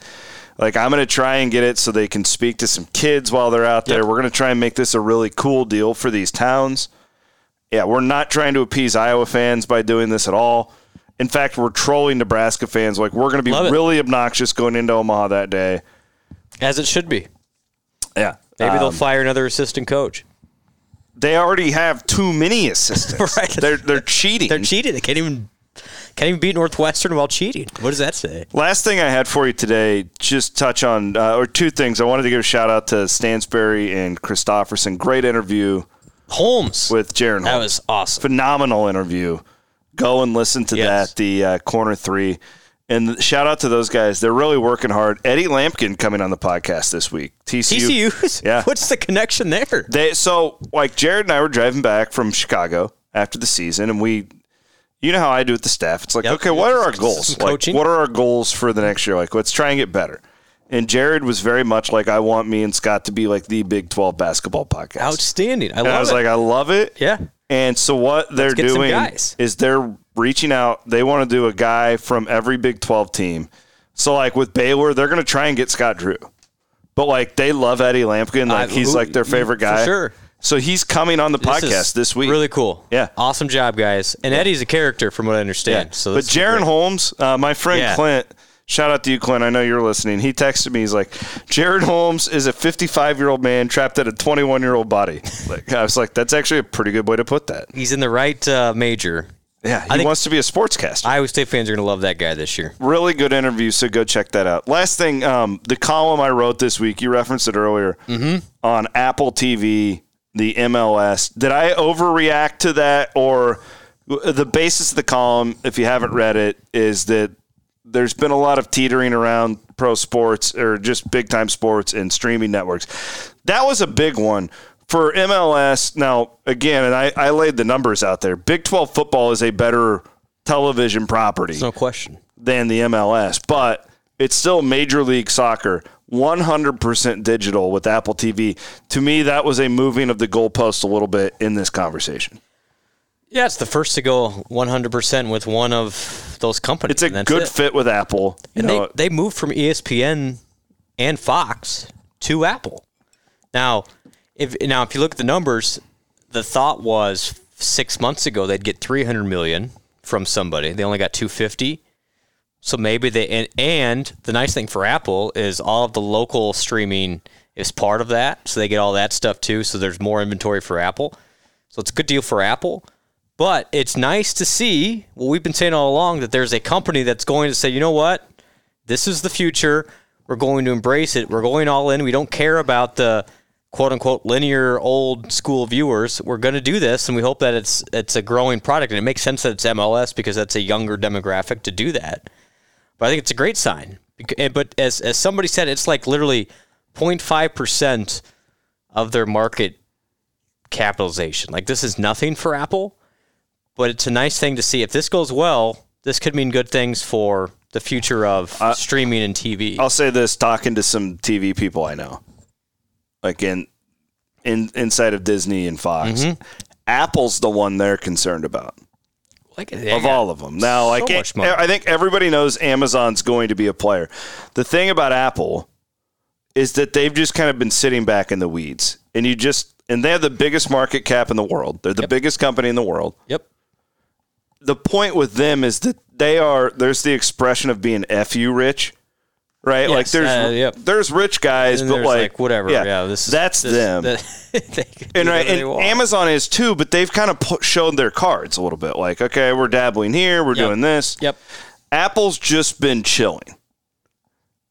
[SPEAKER 2] like I'm going to try and get it so they can speak to some kids while they're out there. We're going to try and make this a really cool deal for these towns. Yeah, we're not trying to appease Iowa fans by doing this at all. In fact, we're trolling Nebraska fans. Like we're going to be
[SPEAKER 3] Love it.
[SPEAKER 2] really obnoxious going into Omaha that day.
[SPEAKER 3] As it should be.
[SPEAKER 2] Yeah.
[SPEAKER 3] Maybe they'll fire another assistant coach.
[SPEAKER 2] They already have too many assistants.
[SPEAKER 3] Right.
[SPEAKER 2] They're they're cheating.
[SPEAKER 3] They're cheating. They can't even can't even beat Northwestern while cheating. What does that say?
[SPEAKER 2] Last thing I had for you today, just touch on uh, or two things. I wanted to give a shout out to Stansberry and Christofferson. Great interview
[SPEAKER 3] Holmes.
[SPEAKER 2] with Jaron.
[SPEAKER 3] that
[SPEAKER 2] Hall.
[SPEAKER 3] was awesome.
[SPEAKER 2] phenomenal interview. Go and listen to
[SPEAKER 3] Yes.
[SPEAKER 2] that. The uh, corner three, and shout out to those guys. They're really working hard. Eddie Lampkin coming on the podcast this week. TCU.
[SPEAKER 3] TCU.
[SPEAKER 2] Yeah.
[SPEAKER 3] What's the connection there?
[SPEAKER 2] They so like Jared and I were driving back from Chicago after the season, and we, you know how I do with the staff. It's like,
[SPEAKER 3] Yep.
[SPEAKER 2] okay, what are our goals?
[SPEAKER 3] Some
[SPEAKER 2] Like,
[SPEAKER 3] coaching.
[SPEAKER 2] what are our goals for the next year? Like, let's try and get better. And Jared was very much like, I want me and Scott to be like the Big Twelve basketball podcast.
[SPEAKER 3] Outstanding. I
[SPEAKER 2] and
[SPEAKER 3] love
[SPEAKER 2] I was
[SPEAKER 3] it.
[SPEAKER 2] like, I love it.
[SPEAKER 3] yeah.
[SPEAKER 2] And so what they're
[SPEAKER 3] get some
[SPEAKER 2] doing
[SPEAKER 3] guys.
[SPEAKER 2] is they're reaching out. They want to do a guy from every Big 12 team. So like with Baylor, they're going to try and get Scott Drew. But like they love Eddie Lampkin, like
[SPEAKER 3] I-
[SPEAKER 2] he's like their favorite
[SPEAKER 3] for
[SPEAKER 2] guy.
[SPEAKER 3] sure.
[SPEAKER 2] So he's coming on the
[SPEAKER 3] is
[SPEAKER 2] podcast this week.
[SPEAKER 3] Really cool.
[SPEAKER 2] Yeah.
[SPEAKER 3] Awesome job, guys. And Eddie's a character, from what I understand. So,
[SPEAKER 2] but
[SPEAKER 3] this is
[SPEAKER 2] Jaron
[SPEAKER 3] great.
[SPEAKER 2] Holmes, uh, my friend
[SPEAKER 3] Yeah.
[SPEAKER 2] Clint, shout out to you, Clint. I know you're listening. He texted me. He's like, Jaron Holmes is a 55 year old man trapped in a 21 year old body. Like I was like, that's actually a pretty good way to put that.
[SPEAKER 3] he's in the right uh, major.
[SPEAKER 2] Yeah, he
[SPEAKER 3] think-
[SPEAKER 2] wants to be a sportscaster.
[SPEAKER 3] Iowa State fans are going to love that guy this year.
[SPEAKER 2] really good interview. So go check that out. Last thing, um, the column I wrote this week, you referenced it earlier on Apple TV, the MLS. Did I overreact to that, or the basis of the column? If you haven't read it, is that there's been a lot of teetering around pro sports or just big time sports and streaming networks. That was a big one for MLS. Now, again, and I, I laid the numbers out there. Big 12 football is a better television property
[SPEAKER 3] No question.
[SPEAKER 2] than the MLS, but it's still Major League Soccer, 100% digital with Apple TV. To me, that was a moving of the goalpost a little bit in this conversation.
[SPEAKER 3] Yeah, it's the first to go 100% with one of those companies.
[SPEAKER 2] It's a
[SPEAKER 3] and that's
[SPEAKER 2] good
[SPEAKER 3] it.
[SPEAKER 2] fit with Apple. You
[SPEAKER 3] And
[SPEAKER 2] know,
[SPEAKER 3] they, they moved from E ESPN and Fox to Apple. Now, if now if you look at the numbers, the thought was six months ago they'd get 300 million from somebody. They only got 250. So maybe they and, and the nice thing for Apple is all of the local streaming is part of that, so they get all that stuff too. So there's more inventory for Apple. So it's a good deal for Apple. But it's nice to see what we've been saying all along that there's a company that's going to say, you know what? This is the future. We're going to embrace it. We're going all in. We don't care about the quote unquote linear old school viewers. We're going to do this and we hope that it's it's a growing product and it makes sense that it's MLS because that's a younger demographic to do that. But I think it's a great sign. Bec- and- But as as somebody said, it's like literally 0.5% of their market capitalization. Like this is nothing for Apple, but it's a nice thing to see. If this goes well, this could mean good things for the future of
[SPEAKER 2] Uh,
[SPEAKER 3] streaming and TV.
[SPEAKER 2] I'll say this talking to some TV people I know, like in, in inside of Disney and Fox,
[SPEAKER 3] Mm-hmm.
[SPEAKER 2] Apple's the one they're concerned about.
[SPEAKER 3] like
[SPEAKER 2] of all of them. Now, like
[SPEAKER 3] so much money.
[SPEAKER 2] I think everybody knows Amazon's going to be a player. The thing about Apple is that they've just kind of been sitting back in the weeds, and you just and they have the biggest market cap in the world. They're the biggest company in the world.
[SPEAKER 3] Yep.
[SPEAKER 2] The point with them is that they are there's the expression of being fu rich. Right, like
[SPEAKER 3] Yes,
[SPEAKER 2] there's
[SPEAKER 3] uh, yep.
[SPEAKER 2] there's rich guys,
[SPEAKER 3] And
[SPEAKER 2] but
[SPEAKER 3] there's
[SPEAKER 2] like,
[SPEAKER 3] like, whatever. Yeah, this is
[SPEAKER 2] that's
[SPEAKER 3] this-
[SPEAKER 2] them
[SPEAKER 3] the- they could do
[SPEAKER 2] and right,
[SPEAKER 3] whatever they
[SPEAKER 2] and
[SPEAKER 3] want.
[SPEAKER 2] Amazon is too, but they've kind of pu- shown their cards a little bit. Like, okay, we're dabbling here, we're
[SPEAKER 3] Yep.
[SPEAKER 2] doing this.
[SPEAKER 3] Yep.
[SPEAKER 2] Apple's just been chilling,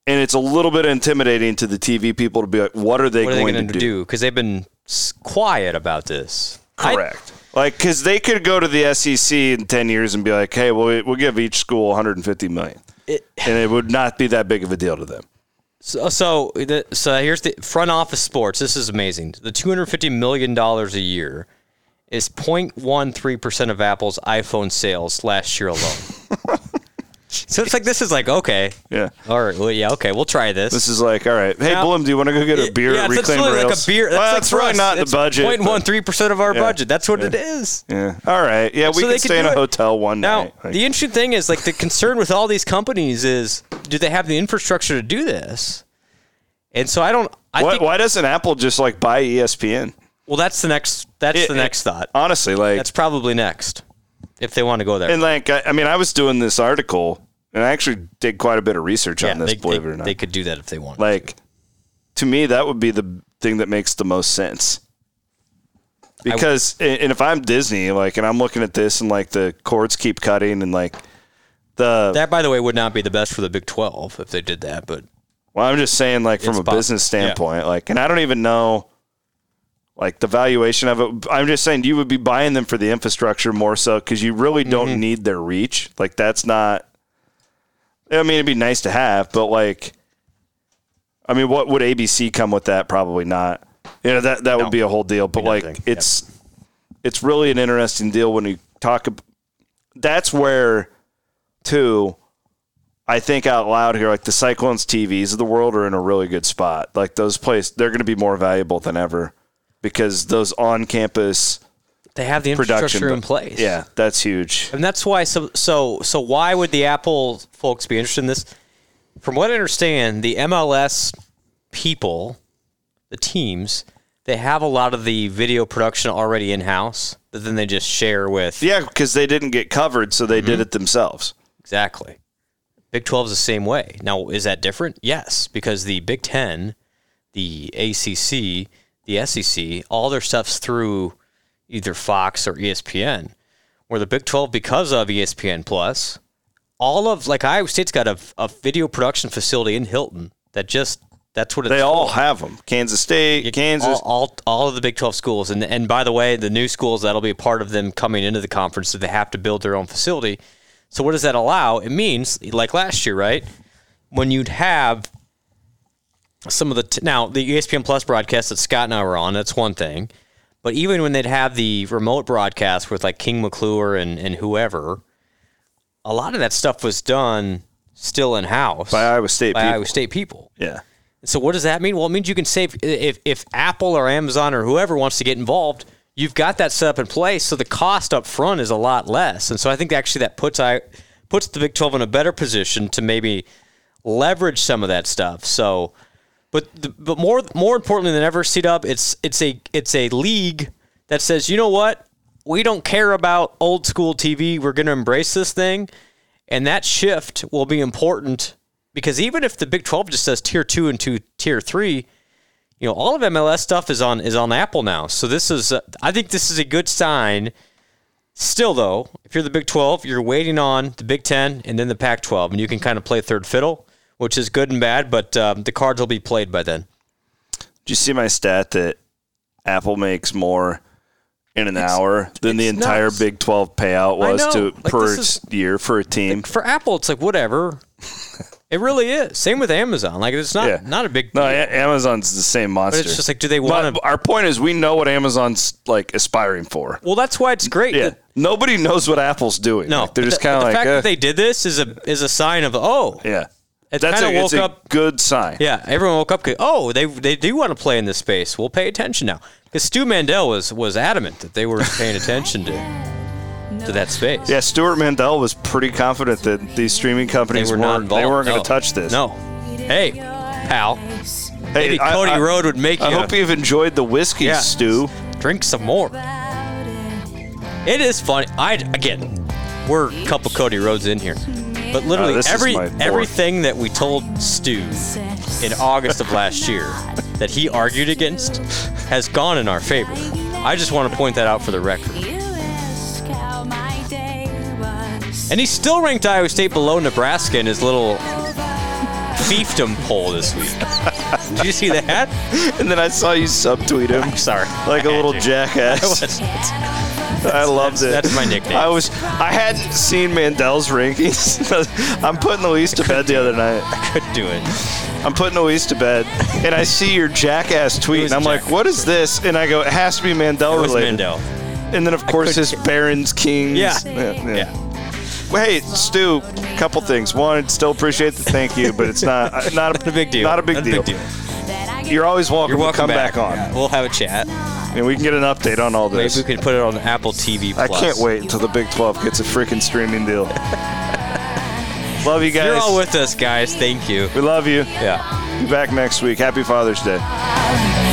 [SPEAKER 2] and it's a little bit intimidating to the TV people to be like, "What are they
[SPEAKER 3] What are they
[SPEAKER 2] going
[SPEAKER 3] going
[SPEAKER 2] to
[SPEAKER 3] to do? Because they've been s- quiet about this. I-
[SPEAKER 2] Correct. like, because they could go to the SEC in ten years and be like, "Hey, we'll, we'll give each school 150 million. and it would not be that big of a deal to them.
[SPEAKER 3] So, so, the, so here's the front office sports. This is amazing. The 250 million dollars a year is 0.13 percent of Apple's iPhone sales last year alone. so it's like this is like okay,
[SPEAKER 2] Yeah.
[SPEAKER 3] all right, well, yeah, okay, we'll try this.
[SPEAKER 2] This is like, all right, hey,
[SPEAKER 3] Now-
[SPEAKER 2] Bloom, do you want to go get a beer
[SPEAKER 3] yeah,
[SPEAKER 2] at
[SPEAKER 3] it's- that's
[SPEAKER 2] Reclaimed
[SPEAKER 3] literally
[SPEAKER 2] Rails?
[SPEAKER 3] like a beer. That's
[SPEAKER 2] well,
[SPEAKER 3] like
[SPEAKER 2] it's
[SPEAKER 3] for
[SPEAKER 2] really
[SPEAKER 3] us,
[SPEAKER 2] not
[SPEAKER 3] it's
[SPEAKER 2] the budget. but-
[SPEAKER 3] 0.13 percent of our
[SPEAKER 2] Yeah.
[SPEAKER 3] budget. That's what it is.
[SPEAKER 2] Yeah. All right. Yeah, we
[SPEAKER 3] So
[SPEAKER 2] can
[SPEAKER 3] they could
[SPEAKER 2] stay in
[SPEAKER 3] do
[SPEAKER 2] a
[SPEAKER 3] it.
[SPEAKER 2] hotel one
[SPEAKER 3] Now,
[SPEAKER 2] night. Like-
[SPEAKER 3] the interesting thing is, like, the concern with all these companies is, do they have the infrastructure to do this? And so I don't. I
[SPEAKER 2] why,
[SPEAKER 3] think,
[SPEAKER 2] why doesn't Apple just like buy E ESPN?
[SPEAKER 3] Well, that's the next. That's
[SPEAKER 2] It-
[SPEAKER 3] the
[SPEAKER 2] it-
[SPEAKER 3] next thought.
[SPEAKER 2] Honestly, like,
[SPEAKER 3] That's probably next, if they want to go there.
[SPEAKER 2] and like, I, I mean, I was doing this article, and I actually did quite a bit of research
[SPEAKER 3] Yeah,
[SPEAKER 2] on this.
[SPEAKER 3] they,
[SPEAKER 2] believe
[SPEAKER 3] they-
[SPEAKER 2] it or not,
[SPEAKER 3] they could do that if they want.
[SPEAKER 2] like, to me, that would be the thing that makes the most sense. Because and and if I'm Disney, like, and I'm looking at this, and like the cords keep cutting, and like the
[SPEAKER 3] That, by the way, would not be the best for the Big 12 if they did that, but
[SPEAKER 2] Well, I'm just saying, like from
[SPEAKER 3] It's
[SPEAKER 2] a
[SPEAKER 3] possible.
[SPEAKER 2] business
[SPEAKER 3] Yeah.
[SPEAKER 2] standpoint, like, and I don't even know, like the valuation of it. I'm just saying you would be buying them for the infrastructure more so because you really don't
[SPEAKER 3] Mm-hmm.
[SPEAKER 2] need their reach. Like that's not. I mean, it'd be nice to have, but like, I mean, what would ABC come with that? Probably not. You know that that would be a whole deal. But like,
[SPEAKER 3] nothing.
[SPEAKER 2] it's it's really an interesting deal when you talk. Ab- that's where, too. I think out loud here, like the Cyclones TVs of the world are in a really good spot. Like those places, they're going to be more valuable than ever because those on campus
[SPEAKER 3] they have the
[SPEAKER 2] production.
[SPEAKER 3] infrastructure in place.
[SPEAKER 2] Yeah, that's huge.
[SPEAKER 3] And that's why so so so why would the Apple folks be interested in this? From what I understand, the MLS people, the teams, they have a lot of the video production already in house that then they just share with
[SPEAKER 2] Yeah, because they didn't get covered, so they
[SPEAKER 3] Mm-hmm.
[SPEAKER 2] did it themselves.
[SPEAKER 3] Exactly. Big 12 is the same way. Now, is that different? Yes, because the Big 10, the ACC, the SEC, all their stuff's through either Fox or E ESPN. Where the Big 12, because of E ESPN Plus, all of, like, Iowa State's got a, a video production facility in Hilton that just, that's what it's
[SPEAKER 2] They all
[SPEAKER 3] for.
[SPEAKER 2] have them. Kansas State,
[SPEAKER 3] You-
[SPEAKER 2] Kansas.
[SPEAKER 3] all, all, all of the Big 12 schools, and and by the way, the new schools that'll be a part of them coming into the conference, so they have to build their own facility. So what does that allow? It means like last year, right? When you'd have some of the t- now the E ESPN Plus broadcast that Scott and I were on, that's one thing, but even when they'd have the remote broadcast with like King McClure and and whoever, a lot of that stuff was done still in house
[SPEAKER 2] By Iowa State
[SPEAKER 3] by
[SPEAKER 2] people.
[SPEAKER 3] Iowa State people.
[SPEAKER 2] yeah.
[SPEAKER 3] So what does that mean? Well, it means you can save if if Apple or Amazon or whoever wants to get involved, you've got that set up in place, so the cost up front is a lot less. And so I think actually that puts I puts the Big 12 in a better position to maybe leverage some of that stuff. So but the, but more more importantly than ever, C Dub, it's it's a it's a league that says, you know what, we don't care about old school TV. We're going to embrace this thing, and that shift will be important because even if the Big Twelve just says tier two and two tier three, you know all of MLS stuff is on is on Apple now. So this is uh, I think this is a good sign. Still though, if you're the Big Twelve, you're waiting on the Big Ten and then the Pac twelve, and you can kind of play third fiddle, which is good and bad. But um, the cards will be played by then.
[SPEAKER 2] Did you see my stat that Apple makes more in an hour than the
[SPEAKER 3] it's
[SPEAKER 2] entire
[SPEAKER 3] nuts.
[SPEAKER 2] Big 12 payout
[SPEAKER 3] I
[SPEAKER 2] was
[SPEAKER 3] know.
[SPEAKER 2] to
[SPEAKER 3] Like,
[SPEAKER 2] per
[SPEAKER 3] this is-
[SPEAKER 2] year for a team?
[SPEAKER 3] For Apple, it's like whatever. it really is. Same with Amazon. Like it's not not a big.
[SPEAKER 2] No,
[SPEAKER 3] deal.
[SPEAKER 2] A- Amazon's the same monster.
[SPEAKER 3] it's just like, do they
[SPEAKER 2] But
[SPEAKER 3] wanna-
[SPEAKER 2] Our point is, we know what Amazon's like aspiring for.
[SPEAKER 3] Well, that's why it's great.
[SPEAKER 2] Yeah,
[SPEAKER 3] that-
[SPEAKER 2] nobody knows what Apple's doing.
[SPEAKER 3] no,
[SPEAKER 2] Like, they're
[SPEAKER 3] but
[SPEAKER 2] just
[SPEAKER 3] the-
[SPEAKER 2] kind of
[SPEAKER 3] the
[SPEAKER 2] like,
[SPEAKER 3] fact
[SPEAKER 2] uh,
[SPEAKER 3] that they did this is a is a sign of oh
[SPEAKER 2] yeah.
[SPEAKER 3] It
[SPEAKER 2] That's
[SPEAKER 3] kinda
[SPEAKER 2] a, it's
[SPEAKER 3] woke
[SPEAKER 2] a
[SPEAKER 3] up-
[SPEAKER 2] good sign.
[SPEAKER 3] Yeah, everyone woke up. 'cause, Oh, they they do want to play in this space. We'll pay attention now. Because Stu Mandel was was adamant that they were paying attention to to that space.
[SPEAKER 2] Yeah, Stuart Mandel was pretty confident that these streaming
[SPEAKER 3] they
[SPEAKER 2] companies
[SPEAKER 3] were not
[SPEAKER 2] weren't
[SPEAKER 3] involved.
[SPEAKER 2] they weren't going
[SPEAKER 3] No.
[SPEAKER 2] to touch this.
[SPEAKER 3] No. Hey, pal.
[SPEAKER 2] hey,
[SPEAKER 3] Maybe
[SPEAKER 2] I-
[SPEAKER 3] Cody
[SPEAKER 2] I-
[SPEAKER 3] Road would make you.
[SPEAKER 2] I hope you've enjoyed the whiskey,
[SPEAKER 3] Yeah.
[SPEAKER 2] Stu.
[SPEAKER 3] drink some more. It is funny. I again, we're a couple Cody Rhodes in here, but literally
[SPEAKER 2] Uh, this is
[SPEAKER 3] every
[SPEAKER 2] my fourth.
[SPEAKER 3] everything that we told Stu in August of last year that he argued against has gone in our favor. I just want to point that out for the record.
[SPEAKER 1] You ask how my day was.
[SPEAKER 3] And he still ranked Iowa State below Nebraska in his little fiefdom poll this week. Did you see that?
[SPEAKER 2] And then I saw you subtweet him.
[SPEAKER 3] sorry.
[SPEAKER 2] Like a little jackass.
[SPEAKER 3] I was-
[SPEAKER 2] I loved it.
[SPEAKER 3] that's my nickname.
[SPEAKER 2] I was I hadn't seen Mandel's rankings. I'm putting Elise to bed the other night.
[SPEAKER 3] I could do it.
[SPEAKER 2] I'm putting Elise to bed, and I see your jackass tweet,
[SPEAKER 3] was
[SPEAKER 2] and I'm like,
[SPEAKER 3] jackass.
[SPEAKER 2] "What is this?" And I go, "It has to be Mandel
[SPEAKER 3] It was
[SPEAKER 2] related."
[SPEAKER 3] Mendel.
[SPEAKER 2] And then of course
[SPEAKER 3] couldn't
[SPEAKER 2] his barons, kings.
[SPEAKER 3] Yeah.
[SPEAKER 2] yeah. Well, hey, Stu, couple things. One, I'd still appreciate the thank you, but it's not not a,
[SPEAKER 3] Not a big deal.
[SPEAKER 2] Not a big, deal. You're always welcome,
[SPEAKER 3] You're welcome
[SPEAKER 2] to come back,
[SPEAKER 3] Yeah, We'll have a chat.
[SPEAKER 2] on, and we can get an update on all
[SPEAKER 3] Maybe
[SPEAKER 2] this.
[SPEAKER 3] we can put it on Apple TV.
[SPEAKER 2] I
[SPEAKER 3] Plus.
[SPEAKER 2] can't wait until the Big 12 gets a freaking streaming deal. love you guys.
[SPEAKER 3] You're all with us, guys. Thank you.
[SPEAKER 2] we love you.
[SPEAKER 3] Yeah.
[SPEAKER 2] Be back next week. Happy Father's Day.
[SPEAKER 1] I